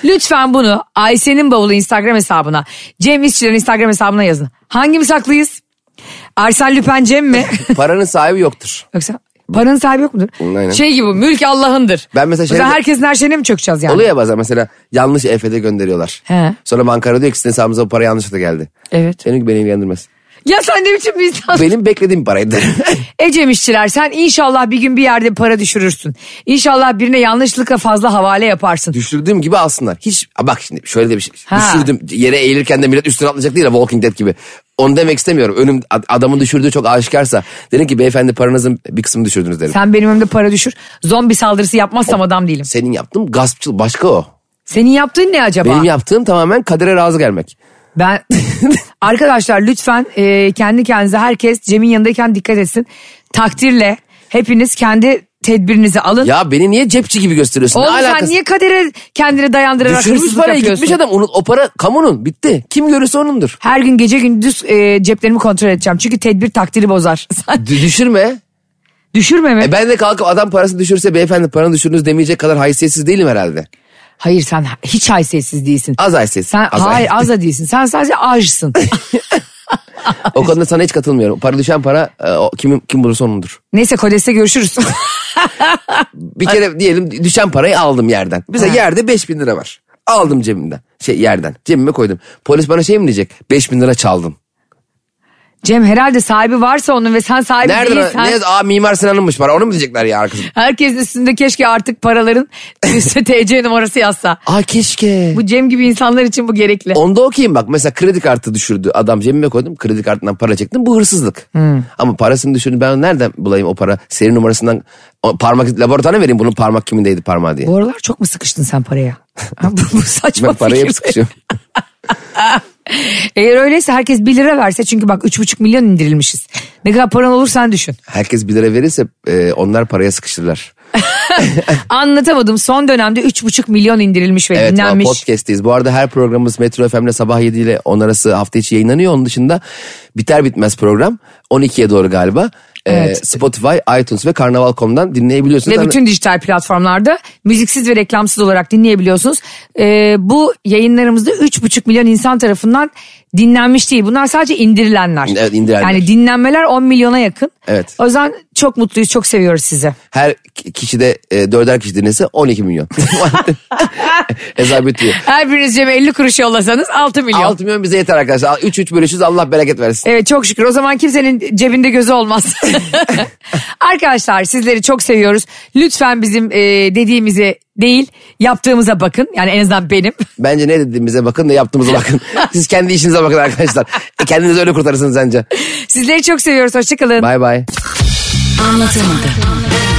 Speaker 2: Lütfen bunu Ayşe'nin bavulu Instagram hesabına, Cem İşçilerin Instagram hesabına yazın. Hangimiz haklıyız? Arsene Lüpen Cem mi?
Speaker 3: Paranın sahibi yoktur.
Speaker 2: Yoksa paranın sahibi yok mudur?
Speaker 3: Aynen.
Speaker 2: Şey gibi mülk Allah'ındır.
Speaker 3: Ben mesela
Speaker 2: O zaman
Speaker 3: şeyde-
Speaker 2: herkesin her şeyine mi çökeceğiz yani?
Speaker 3: Oluyor ya bazen mesela yanlış EFT gönderiyorlar.
Speaker 2: He.
Speaker 3: Sonra bankara diyor ki sizin hesabınıza bu para yanlışlıkla geldi.
Speaker 2: Evet.
Speaker 3: Senin gibi beni ilgilendirmez.
Speaker 2: Ya sen ne biçim bir insan?
Speaker 3: Benim beklediğim paraydı.
Speaker 2: Ecem işçiler sen inşallah bir gün bir yerde para düşürürsün. İnşallah birine yanlışlıkla fazla havale yaparsın.
Speaker 3: Düşürdüğüm gibi alsınlar. Hiç Aa, bak şimdi şöyle de bir şey.
Speaker 2: Ha.
Speaker 3: Düşürdüm yere eğilirken de millet üstüne atlayacak değil ya Walking Dead gibi. Onu demek istemiyorum. Önüm ad- adamın düşürdüğü çok aşikarsa. Dedim ki beyefendi paranızın bir kısmını düşürdünüz derim.
Speaker 2: Sen benim önümde para düşür. Zombi saldırısı yapmazsam adam değilim.
Speaker 3: Senin yaptığın gaspçıl başka o.
Speaker 2: Senin yaptığın ne acaba?
Speaker 3: Benim yaptığım tamamen kadere razı gelmek.
Speaker 2: Ben arkadaşlar lütfen e, kendi kendinize herkes Cem'in yanındayken dikkat etsin. Takdirle hepiniz kendi tedbirinizi alın.
Speaker 3: Ya beni niye cepçi gibi gösteriyorsun?
Speaker 2: Oğlum
Speaker 3: ne
Speaker 2: sen
Speaker 3: alakası?
Speaker 2: niye kadere kendini dayandırarak
Speaker 3: Düşürmüş
Speaker 2: hırsızlık
Speaker 3: parayı
Speaker 2: yapıyorsun?
Speaker 3: gitmiş adam. Onun, o para kamunun bitti. Kim görürse onundur.
Speaker 2: Her gün gece gündüz e, ceplerimi kontrol edeceğim. Çünkü tedbir takdiri bozar. Sen
Speaker 3: D- düşürme.
Speaker 2: düşürme mi?
Speaker 3: E ben de kalkıp adam parasını düşürse beyefendi paranı düşürünüz demeyecek kadar haysiyetsiz değilim herhalde.
Speaker 2: Hayır sen hiç haysiyetsiz değilsin.
Speaker 3: Az haysiyetsiz.
Speaker 2: Sen
Speaker 3: az
Speaker 2: hayır
Speaker 3: haysiyetsiz.
Speaker 2: az da değilsin. Sen sadece ajsın.
Speaker 3: O konuda sana hiç katılmıyorum. Para düşen para e, o, kim, kim bulursa onundur.
Speaker 2: Neyse Kodes'te görüşürüz.
Speaker 3: Bir kere diyelim düşen parayı aldım yerden. Mesela
Speaker 2: Ha.
Speaker 3: yerde 5000 lira var. Aldım cebimden. Şey yerden. Cebime koydum. Polis bana şey mi diyecek? 5000 lira çaldın.
Speaker 2: Cem herhalde sahibi varsa onun ve sen sahibi
Speaker 3: Nereden?
Speaker 2: değilsen.
Speaker 3: Ne, aa Mimar Sinan'ınmış para. Onu mu diyecekler ya arkasında?
Speaker 2: Herkesin üstünde keşke artık paraların üstüne TC numarası yazsa.
Speaker 3: Aa keşke.
Speaker 2: Bu Cem gibi insanlar için bu gerekli.
Speaker 3: Onda okuyayım bak mesela kredi kartı düşürdü adam cebime koydum kredi kartından para çektim bu hırsızlık. Ama parasını düşürdü ben nereden bulayım o para seri numarasından o parmak laboratuvara vereyim bunun parmak kimindeydi parmağı diye.
Speaker 2: Bu aralar çok mu sıkıştın sen paraya? bu, bu saçma
Speaker 3: Ben paraya
Speaker 2: fikir.
Speaker 3: hep sıkışıyorum.
Speaker 2: Eğer öyleyse herkes 1 lira verse çünkü bak 3,5 milyon indirilmişiz. Ne kadar paran olur sen düşün.
Speaker 3: Herkes bir lira verirse e, onlar paraya sıkışırlar.
Speaker 2: Anlatamadım son dönemde 3,5 milyon indirilmiş ve
Speaker 3: Evet
Speaker 2: dinlenmiş.
Speaker 3: podcast'teyiz. Bu arada her programımız Metro FM'le sabah 7 ile 10 arası hafta içi yayınlanıyor. Onun dışında biter bitmez program 12'ye doğru galiba. E,
Speaker 2: Evet.
Speaker 3: Spotify, iTunes ve Karnaval.com'dan dinleyebiliyorsunuz.
Speaker 2: Ve
Speaker 3: Hani-
Speaker 2: bütün dijital platformlarda müziksiz ve reklamsız olarak dinleyebiliyorsunuz. Ee, bu yayınlarımızda 3,5 milyon insan tarafından dinlenmiş değil. Bunlar sadece indirilenler.
Speaker 3: Evet, indirilenler.
Speaker 2: Yani dinlenmeler 10 milyona yakın.
Speaker 3: Evet.
Speaker 2: O yüzden çok mutluyuz, çok seviyoruz sizi.
Speaker 3: her kişide e, dörder kişi dinlese 12 milyon. Hesap bitiyor.
Speaker 2: Her biriniz Cem'e 50 kuruş yollasanız 6 milyon.
Speaker 3: 6 milyon bize yeter arkadaşlar. 3 3 bölüşüz Allah bereket versin.
Speaker 2: Evet çok şükür. O zaman kimsenin cebinde gözü olmaz. Arkadaşlar sizleri çok seviyoruz. Lütfen bizim e, dediğimize değil yaptığımıza bakın. Yani en azından benim.
Speaker 3: Bence ne dediğimize bakın ne yaptığımıza bakın. Siz kendi işinize bakın arkadaşlar. E, kendinizi öyle kurtarırsınız bence.
Speaker 2: Sizleri çok seviyoruz. Hoşçakalın.
Speaker 3: Bay bay.
Speaker 4: Anlatamadım.